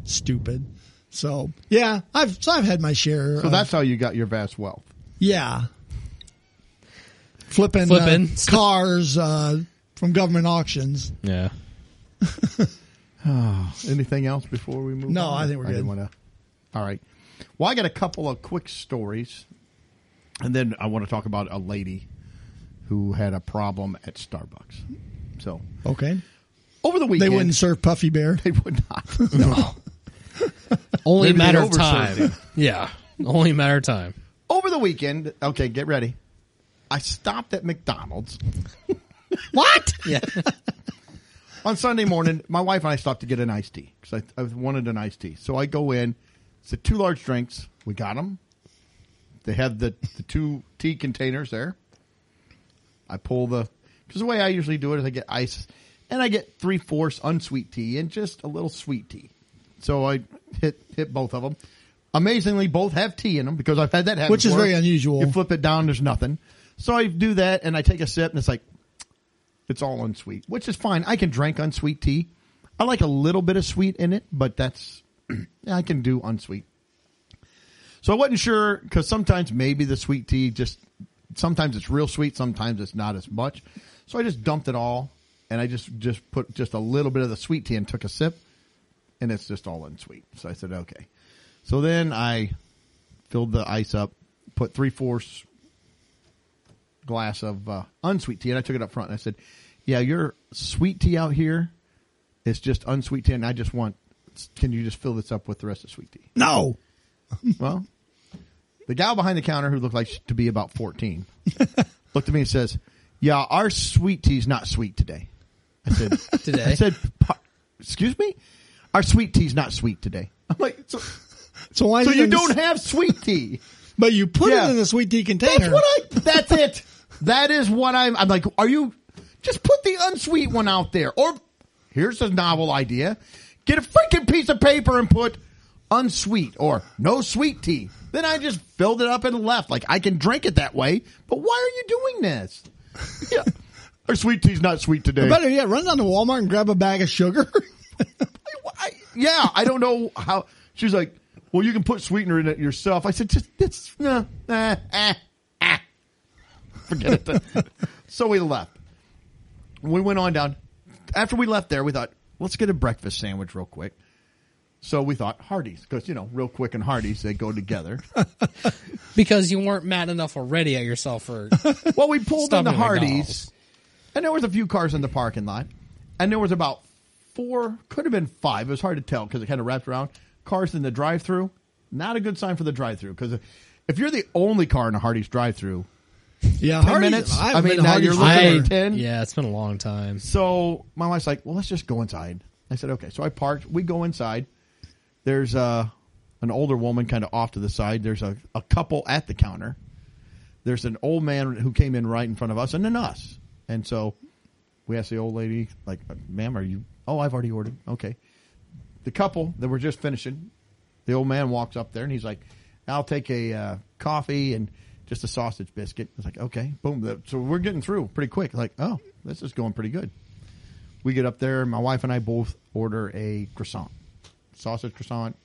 B: stupid. So yeah, I've, so I've had my share.
A: So
B: of-
A: that's how you got your vast wealth.
B: yeah. Flipping,
C: Flipping.
B: uh, cars, uh, from government auctions.
C: Yeah.
A: Anything else before we move?
B: No,
A: on?
B: I think we're
A: I didn't
B: good.
A: want to. All right. Well, I got a couple of quick stories, and then I want to talk about a lady who had a problem at Starbucks. So
B: Okay.
A: over the
B: They
A: weekend,
B: wouldn't serve Puffy Bear.
A: (laughs) They would not. No.
C: Only
A: Maybe
C: a matter
A: they
C: of time.
A: overserved
C: (laughs) Yeah. Only a matter of time.
A: over the weekend, okay, get ready. I stopped at McDonald's
B: What?
C: Yeah.
A: (laughs) on Sunday morning, my wife and I stopped to get an iced tea because I, I wanted an iced tea. So I go in. It's the two large drinks. We got them. They have the, the two tea containers there. I pull the because the way I usually do it is I get ice and I get three fourths unsweet tea and just a little sweet tea. So I hit hit both of them. Amazingly, both have tea in them because I've had that happen,
B: Which is
A: before.
B: very unusual.
A: You flip it down, there's nothing. So I do that and I take a sip and it's like it's all unsweet, which is fine. I can drink unsweet tea. I like a little bit of sweet in it, but that's (clears throat) I can do unsweet. So I wasn't sure because sometimes maybe the sweet tea just sometimes it's real sweet, sometimes it's not as much. So I just dumped it all and I just just put just a little bit of the sweet tea and took a sip, and it's just all unsweet. So I said okay. So then I filled the ice up, put three fourths glass of uh, unsweet tea, and I took it up front and I said, "Yeah, your sweet tea out here is just unsweet tea, and I just want. Can you just fill this up with the rest of sweet tea?"
B: No.
A: Well, the gal behind the counter who looked like she- to be about 14 looked at me and says, Yeah, our sweet tea's not sweet today. I said,
C: Today?
A: I said, "Pa- Excuse me? Our sweet tea's not sweet today. I'm like, So,
B: So why?
A: so
B: is it
A: you
B: in the-
A: don't have sweet tea?
B: But you put
A: Yeah.
B: it in the sweet tea container.
A: That's what I, that's it. That is what I'm, I'm like, Are you, just put the unsweet one out there. Or here's a novel idea get a freaking piece of paper and put unsweet or no sweet tea. Then I just filled it up and left. Like I can drink it that way, but why are you doing (laughs) this? Yeah. Our sweet tea's not sweet today.
B: Better yet, run down to Walmart and grab a bag of sugar. (laughs)
A: I, yeah, I don't know how. She's like, well, you can put sweetener in it yourself. I said, just it's no, nah, ah, ah. forget it. (laughs) so we left. We went on down. After we left there, we thought, let's get a breakfast sandwich real quick. So we thought Hardee's because you know, real quick and Hardee's they go together.
C: because you weren't mad enough already at
A: (laughs)
C: yourself for
A: well, we pulled
C: Stop
A: into
C: me, McDonald's.
A: Hardee's, and there was a few cars in the parking lot, and there was about four, could have been five. It was hard to tell because it kind of wrapped around cars in the drive-through. Not a good sign for the drive-through because if you're the only car in a Hardee's drive-through,
B: yeah,
A: ten minutes. I, mean, now you're looking
C: I,
A: at ten.
C: yeah, it's been a long time.
A: So my wife's like, "Well, let's just go inside." I said, "Okay." So I parked. We go inside. There's uh, an older woman kind of off to the side. There's a, a couple at the counter. There's an old man who came in right in front of us, and then us. And so we asked the old lady, "Like, ma'am, are you?" Oh, I've already ordered. Okay. The couple that were just finishing, the old man walks up there and he's like, "I'll take a uh, coffee and just a sausage biscuit." It's like, okay, boom. The- So we're getting through pretty quick. Like, oh, this is going pretty good. We get up there, and my wife and I both order a croissant, sausage croissant,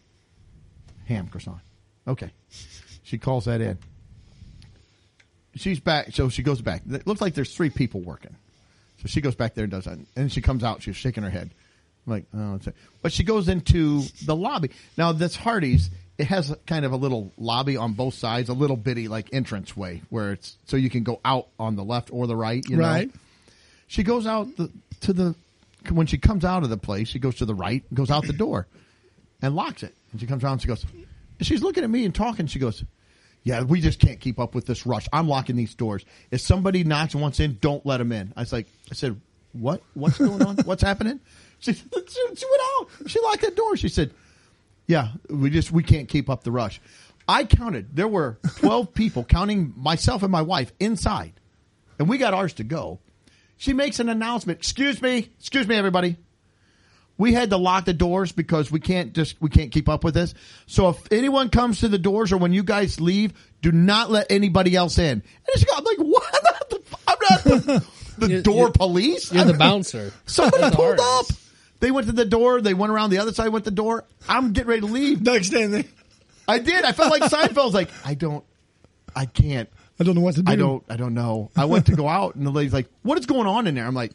A: ham croissant. Okay, she calls that in. She's back, so she goes back. It looks like there's three people working, so she goes back there and does that. And she comes out, she's shaking her head, I'm like oh, that's it. but she goes into the lobby. Now that's Hardee's. It has a- kind of a little lobby on both sides, a little bitty like entrance way where it's so you can go out on the left or the right. You
B: Right.
A: Know? she goes out the, to the when she comes out of the place she goes to the right goes out the door and locks it and she comes around and she goes she's looking at me and talking she goes yeah we just can't keep up with this rush i'm locking these doors if somebody knocks and wants in don't let them in i was like i said what what's going on what's happening she, she, she went out she locked that door she said yeah, we just we can't keep up the rush. I counted. There were
C: (laughs)
A: 12 people counting myself and my wife inside. And we got ours to go. She makes an announcement. Excuse me. Excuse me everybody. We had to lock the doors because we can't just we can't keep up with this. So if anyone comes to the doors or when you guys leave, do not let anybody else in. And she got I'm like, "What? (laughs) I'm not the, I'm not
C: (laughs)
A: the, the
C: You're-
A: door
C: you're-
A: police.
C: You're
A: (laughs) I'm-
C: the bouncer. (laughs)
A: Somebody
C: That's the
A: pulled up.
C: hardest.
A: They went to the door. They went around the other side. Went to the door. I'm getting ready to leave.
B: Doug's standing there.
A: I did. I felt like Seinfeld's like I don't, I can't,
B: I don't know what to do.
A: I don't, I don't know. I went to go out, and the lady's like, "What is going on in there?" I'm like,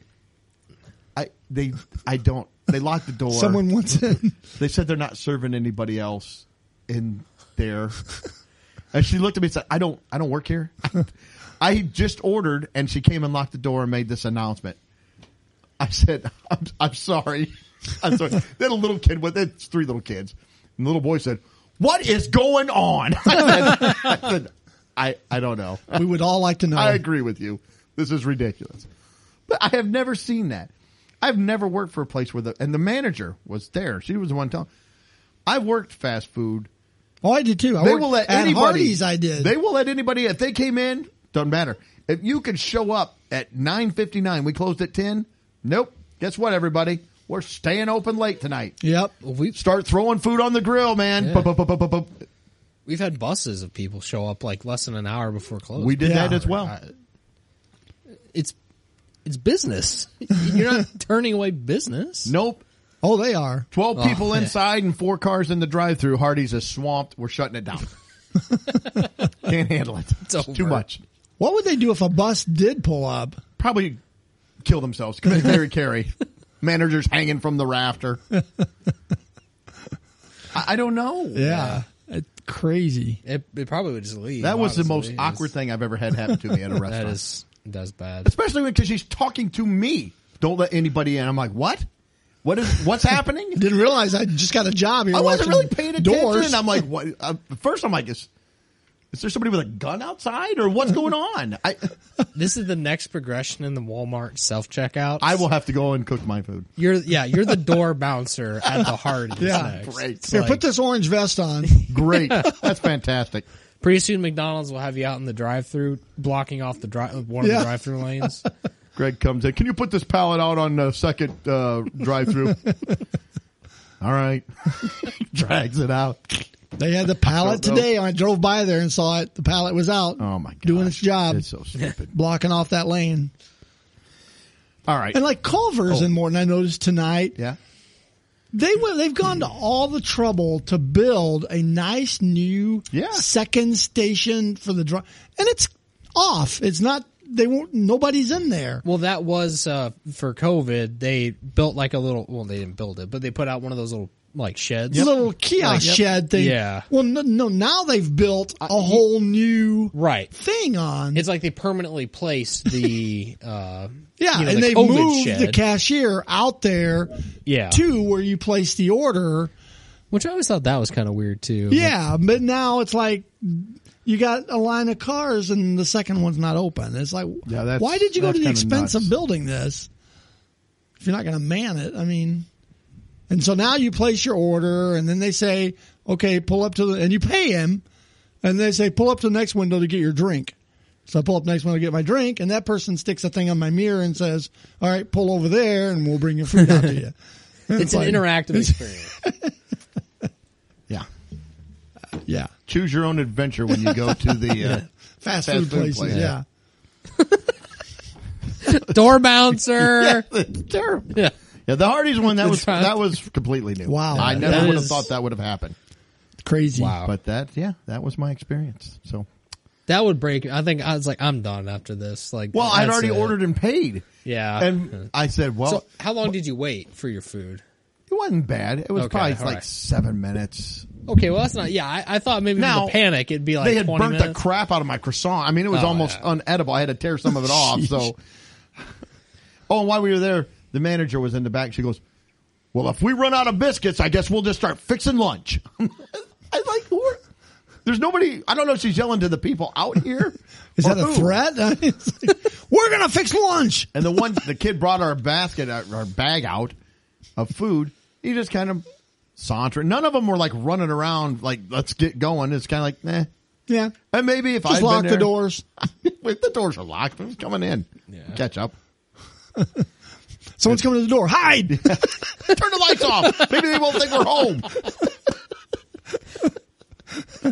A: "I they, I don't." They locked the door.
B: Someone wants in.
A: (laughs) They said they're not serving anybody else in there. and she looked at me and said, "I don't, I don't work here. (laughs) I just ordered." And she came and locked the door and made this announcement. I said, "I'm, I'm sorry." I'm sorry. (laughs) then a little kid with it's three little kids, and the little boy said, "What is going on?" (laughs) I said, I, said, I, I don't know.
B: We would all like to know.
A: I agree with you. This is ridiculous. But I have never seen that. I've never worked for a place where the and the manager was there. She was the one telling. I've worked fast food.
B: Oh, I did too. I
A: They
B: worked
A: will let
B: at
A: anybody.
B: Hardee's. I did.
A: They will let anybody if they came in. Doesn't matter if you could show up at nine fifty nine. We closed at ten. Nope. Guess what, everybody? We're staying open late tonight.
B: yep.
C: We
A: Start throwing food on the grill, man.
C: Yeah.
A: Bup, bup, bup, bup, bup.
C: We've had buses of people show up like less than an hour before close.
A: We did
B: Yeah.
A: that as well.
C: It's it's business. (laughs) You're not turning away business.
A: Nope.
B: Oh, they are.
A: 12
C: Oh,
A: people
C: yeah.
A: inside and four cars in the drive through. Hardy's is swamped. We're shutting it
C: (laughs)
A: down. Can't handle it. It's, too
C: over.
A: much.
B: What would they do if a bus did pull up?
A: Probably kill themselves. Commit Harry
C: (laughs)
A: Carey. Managers hanging from the rafter. I, I don't know.
B: Yeah. It's crazy.
C: It, it probably would just leave.
A: That was the most
C: obviously.
A: awkward thing I've ever had happen to me at a
C: (laughs) That
A: restaurant.
C: is that's bad.
A: Especially because she's talking to me. Don't let anybody in. I'm like, what? What is what's happening?
B: Didn't realize I just got a job here.
A: I wasn't
B: watching
A: really paying attention.
B: Doors.
A: I'm like, what? I, first, I'm like, is, is there somebody with a gun outside or what's going on? I
C: This is the next progression in the Walmart self checkout.
A: I will have to go and cook my food.
C: You're yeah. You're the door (laughs) bouncer at the Hardee's.
B: Yeah.
C: next.
A: Great.
C: It's
B: Here,
C: like-
B: put this orange vest on.
A: Great, that's fantastic.
C: Pretty soon, McDonald's will have you out in the drive-through, blocking off the drive one of
B: Yeah.
C: the drive-through lanes. (laughs)
A: Greg comes in. Can you put this pallet out on the second uh, drive-through? All right, drags it out.
B: They had the pallet
A: I don't know.
B: today. I drove by there and saw it. The pallet was out.
A: Oh my god,
B: Doing its job,
A: It's so
B: (laughs)
A: stupid.
B: blocking off that lane.
A: All right,
B: And like Culver's in Morton, I noticed tonight.
A: Oh. yeah.
B: They went, they've gone to all the trouble to build a nice new
A: Yeah.
B: second station for the drive, and it's off. It's not. They won't. Nobody's in there.
C: Well, that was uh, for COVID. They built like a little. Well, they didn't build it, but they put out one of those little like sheds.
B: Little kiosk
C: Like, yep.
B: shed thing.
C: Yeah.
B: Well, no, no. Now they've built a whole new
C: Right.
B: thing on.
C: It's like they permanently placed the.
B: (laughs)
C: Uh,
B: yeah,
C: you know,
B: and
C: the
B: they
C: COVID
B: moved the
C: shed.
B: cashier out there.
C: Yeah.
B: To where you place the order.
C: Which I always thought that was kind of weird too.
B: Yeah, but now it's like you got a line of cars and the second one's not open. It's like,
A: Yeah, that's-
B: why did you go
A: that's
B: to the
A: kinda
B: expense
A: nuts.
B: of building this if you're not going to man it? I mean, and so now you place your order, and then they say, okay, pull up to the, and you pay him, and they say, pull up to the next window to get your drink. So I pull up next window to get my drink, and that person sticks a thing on my mirror and says, all right, pull over there, and we'll bring your food out to you. (laughs) And
C: It's an
B: like, (laughs)
C: interactive experience.
A: Yeah.
B: Yeah.
A: Choose your own adventure when you go to the uh,
B: (laughs) Fast,
A: Fast
B: food,
A: food
B: places,
A: place.
B: yeah.
C: Door bouncer.
A: (laughs) it's terrible.
C: Yeah.
A: Yeah, the Hardy's one that
C: The
A: was
C: drive-
A: that was completely new.
B: Wow.
A: I
B: Yeah,
A: never
C: that
A: would have
C: is-
A: thought that would have happened.
B: Crazy.
C: Wow.
A: But that, yeah, that was my experience. So,
C: That would break. I think I was like, I'm done after this. Like,
A: well, I'd
C: that's
A: already
C: it.
A: ordered and paid.
C: Yeah.
A: and I said, well,
C: So, how long did you wait for your food?
A: it wasn't bad. It was
C: Okay,
A: probably
C: all
A: like
C: right.
A: seven minutes.
C: Okay, well, that's not. Yeah, I, I thought maybe
A: Now,
C: from the panic it'd be like
A: they had
C: 20
A: burnt the
C: minutes.
A: crap out of my croissant. I mean, it was
C: Oh,
A: almost
C: yeah.
A: unedible. I had to tear some of it off.
C: (laughs)
A: So, oh, and while we were there, the manager was in the back. She goes, "Well, if we run out of biscuits, I guess we'll just start fixing lunch." (laughs) I like, who- there's nobody. I don't know. if She's yelling to the people out here.
C: (laughs)
B: Is
A: or
B: that a
A: who.
B: threat? It's like, (laughs) We're gonna fix lunch.
A: And the one,
C: (laughs)
A: the kid brought our basket, our, our bag out of food. He just kind of sauntered. None of them were like running around, like let's get going. It's kind of like, nah.
B: Yeah,
A: And maybe if I
B: just lock
A: (laughs)
B: the doors.
A: Wait, the doors are locked. Who's coming in?
C: Yeah.
A: Catch up. (laughs)
B: Someone's coming to the door. Hide.
A: Turn the lights off. Maybe they won't think we're (laughs) home.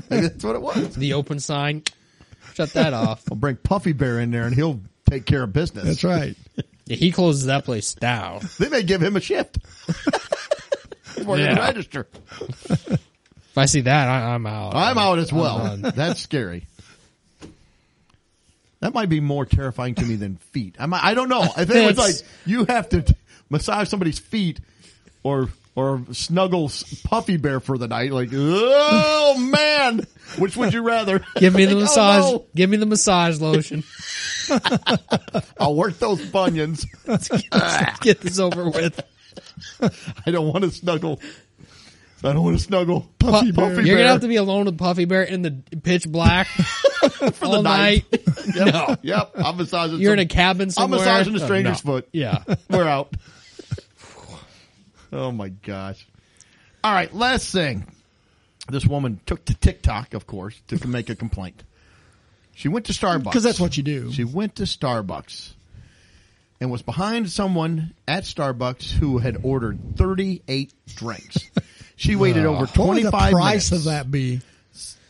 A: Maybe that's what it was.
C: The open sign. Shut
A: (laughs)
C: that off.
A: I'll bring Puffy Bear in there and he'll take care of business.
B: (laughs) That's (laughs) right.
C: Yeah, he closes that place down.
A: They may give him a (laughs) shift. He's working the
C: Yeah.
A: register.
C: If I see that, I, I'm out.
A: I'm out as well. (laughs)
C: I'm
A: That's scary. That might be more terrifying to me than feet. I might, I don't know. I think it's like
C: That's-
A: you have to massage somebody's feet or or snuggle s- puffy bear for the night. Like, oh man, which would you rather?
C: (laughs)
A: (laughs)
C: Give me the
A: Like, oh,
C: massage.
A: no.
C: Give me the massage lotion. (laughs)
A: I'll work those bunions.
C: Get this over with.
A: I don't want to snuggle. I don't want to snuggle (laughs) puffy,
B: Bear.
A: puffy
C: You're
A: bear
C: gonna have to be alone with Puffy Bear in the pitch black
A: (laughs) for
C: all night.
A: (laughs) Yep,
C: (laughs) No.
A: yep. I'm massaging.
C: You're in
A: some-
C: a cabin somewhere.
A: I'm massaging a
C: Oh,
A: stranger's
C: no.
A: foot.
C: Yeah.
A: (laughs) We're out. Oh my gosh. All right, last thing. This woman took to TikTok, of course, to make a complaint. She went to Starbucks.
B: Because that's what you do.
A: She went to Starbucks and was behind someone at Starbucks who had ordered 38 drinks. She waited over
B: What would the
A: 25
B: price
A: minutes.
B: of that be?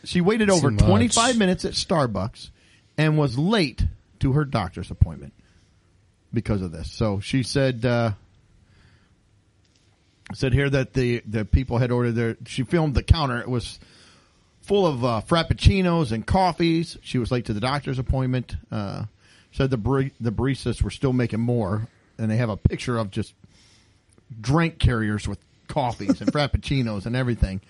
A: She waited over
C: much.
A: 25 minutes at Starbucks and was late to her doctor's appointment because of this. So she said, uh, said here that the, the people had ordered their, she filmed the counter. It was full of uh, frappuccinos and coffees. She was late to the doctor's appointment. Uh, said the, bar- the baristas were still making more and they have a picture of just drink carriers with coffees and frappuccinos and everything.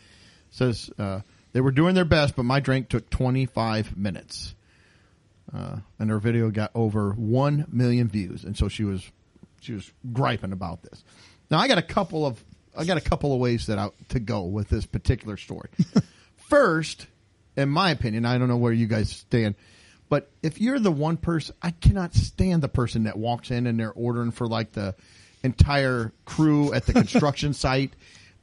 A: Says uh, They were doing their best, but my drink took 25 minutes. Uh, and her video got over 1 million views. And so she was, she was griping about this. Now I got a couple of, I got a couple of ways that I, to go with this particular
B: (laughs)
A: story. First, in my opinion, I don't know where you guys stand, but if you're the one person, I cannot stand the person that walks in and they're ordering for like the entire crew at the construction
B: (laughs)
A: site.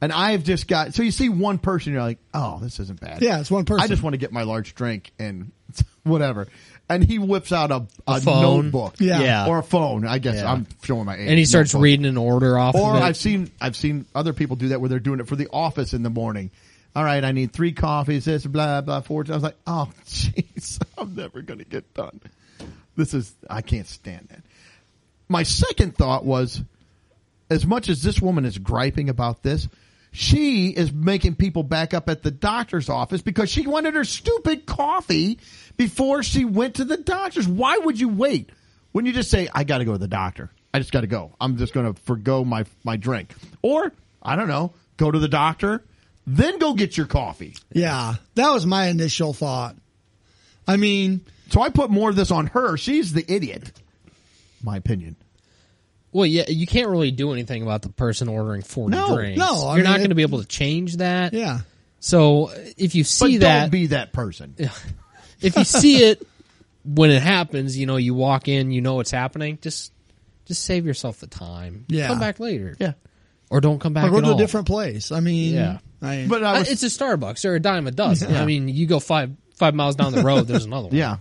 A: And I've just got, so you see one person, you're like, oh, this isn't bad.
B: Yeah, it's one person.
A: I just want to get my large drink and (laughs) whatever. And he whips out a, a,
C: phone.
A: notebook.
B: Yeah.
C: Yeah.
A: Or a phone, I guess.
C: Yeah.
A: I'm showing my age.
C: and he starts
A: Notebook
C: reading an order off
A: or
C: of it.
A: I've seen I've seen other people do that where they're doing it for the office in the morning. All right, I need three coffees. This blah blah four. I was like, oh (laughs) jeez, I'm never gonna get done. This is I can't stand that. My second thought was, as much as this woman is griping about this, she is making people back up at the doctor's office because she wanted her stupid coffee before she went to the doctor's. Why would you wait? Wouldn't you just say, I got to go to the doctor? I just got to go. I'm just going to forgo my, my drink. Or, I don't know, go to the doctor, then go get your coffee.
B: Yeah, that was my initial thought. I mean,
A: So I put more of this on her. She's the idiot. My opinion.
C: Well, yeah, you can't really do anything about the person ordering forty
A: No,
C: drinks.
B: no, I
C: you're
B: mean,
C: not going
B: it-
C: to be able to change that.
B: yeah,
C: So uh, if you
A: But
C: see
A: don't
C: that,
A: be that person.
C: if
B: (laughs)
C: you see it when it happens, you know, you walk in, you know it's happening. Just, just save yourself the time.
B: Yeah.
C: come back later.
A: Yeah.
C: or don't come back.
B: or go
C: at
B: to
C: all.
B: a different place. I mean,
C: Yeah.
B: I,
A: But I
C: Uh,
A: was,
C: it's a Starbucks or a dime a
B: (laughs)
C: dozen. I mean, you go five five miles down the road, there's another one.
A: Yeah.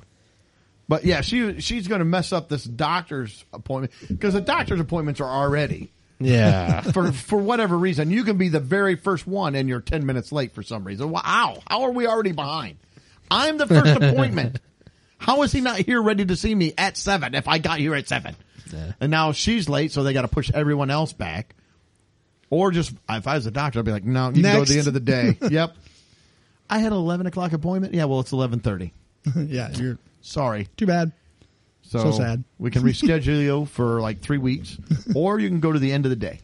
A: But yeah, she she's going to mess up this doctor's appointment because the doctor's appointments are already
C: (laughs) yeah.
A: for (laughs) for whatever reason you can be the very first one and you're 10 minutes late for some reason. Wow, how are we already behind? I'm the first appointment. How is he not here ready to see me at 7 if I got here at 7? And now she's late so they got to push everyone else back. Or just if I was a doctor I'd be like, "No, you can go at
B: Next.
A: the end of the day." yep. I had an 11 o'clock appointment. Yeah, well, it's 11:30.
B: (laughs) yeah, you're
A: Sorry.
B: too bad.
A: So,
B: So sad.
A: We can reschedule you for like three
B: (laughs)
A: weeks, or you can go to the end of the day.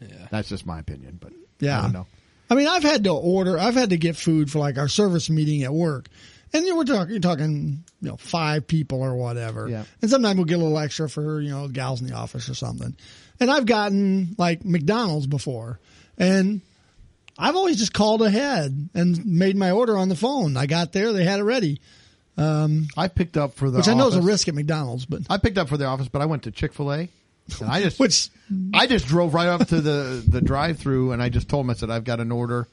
A: Yeah, that's just my opinion, but
B: Yeah.
A: I don't know.
B: I mean, I've had to order, I've had to get food for like our service meeting at work. And you were talking, you're talking, you know, five people or whatever.
A: Yeah.
B: And sometimes we'll get a little extra for, you know, gals in the office or something. And I've gotten like McDonald's before and I've always just called ahead and made my order on the phone. I got there, they had it ready,
A: I picked up for the
B: which I know is a
A: office-
B: risk at McDonald's, but
A: I picked up for the office, but I went to Chick Fil A, and I just
B: (laughs) which
A: I just drove right up to the the drive through, and I just told them I said I've got an order,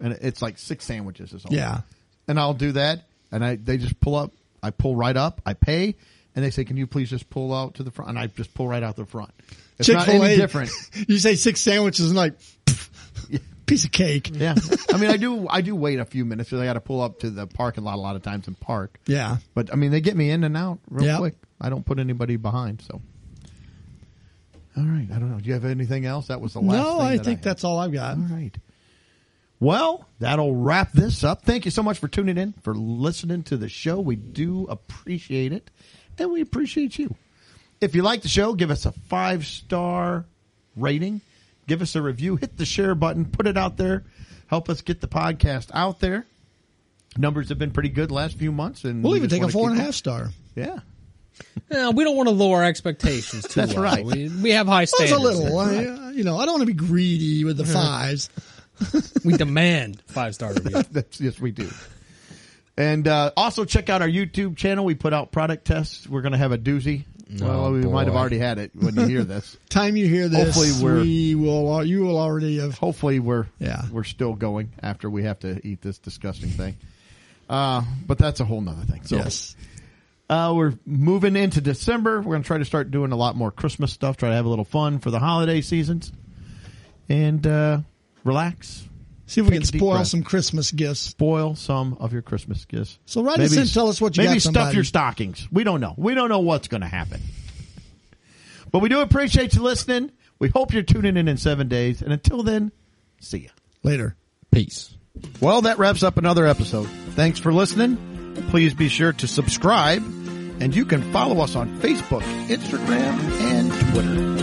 A: and it's like six sandwiches or something.
B: Yeah.
A: and I'll do that, and I they just pull up, I pull right up, I pay, and they say, "Can you please just pull out to the front?" And I just pull right out the front. It's
B: Chick fil
A: not
B: A
A: any different.
B: (laughs) you say six sandwiches and like (laughs) pff, piece of cake.
A: Yeah, I mean, I do. I do wait a few minutes because I got to pull up to the parking lot a lot of times and park.
B: Yeah.
A: But I mean, they get me in and out real
B: Yeah.
A: quick. I don't put anybody behind. So, all right. I don't know. Do you have anything else? That was the last.
B: No,
A: thing
B: I
A: that
B: think
A: had.
B: that's all I've got.
A: all right. Well, that'll wrap this up. Thank you so much for tuning in, for listening to the show. We do appreciate it, and we appreciate you. If you like the show, give us a five star rating, give us a review, hit the share button, put it out there, help us get the podcast out there. Numbers have been pretty good last few months, and
B: We'll
A: we
B: even
A: just
B: take a
A: wanna
B: four and a
A: keep-
B: half star.
A: Yeah,
C: No, we don't want to lower expectations too
A: That's
C: low.
A: right.
C: We, we have high
B: That's a
C: standards.
B: little. I, uh, you know, I don't want to be greedy with the fives.
C: We demand five star reviews.
A: That's, yes, we do. And uh, also check out our YouTube channel. We put out product tests. We're going to have a doozy.
B: Oh,
A: well, we might have
C: boy.
A: already had it when you
B: (laughs)
A: hear this.
B: Time you hear this,
A: Hopefully we're-
B: we will. al- You will already have.
A: Hopefully, we're
B: Yeah.
A: we're still going after we have to eat this disgusting thing. Uh, but that's a whole nother thing. So
B: Yes.
A: uh, we're moving into December. We're going to try to start doing a lot more Christmas stuff. Try to have a little fun for the holiday seasons and uh, relax.
B: See if we
A: Take
B: can
A: a deep
B: spoil
A: breath.
B: some Christmas gifts.
A: spoil some of your Christmas gifts.
B: So write us in, tell us what you
A: maybe
B: got,
A: stuff
B: somebody.
A: your stockings. We don't know. We don't know what's going to happen. But we do appreciate you listening. We hope you're tuning in in seven days. And until then, see ya.
B: Later.
C: Peace.
A: Well, that wraps up another episode. Thanks for listening. Please be sure to subscribe. And you can follow us on Facebook, Instagram, and Twitter.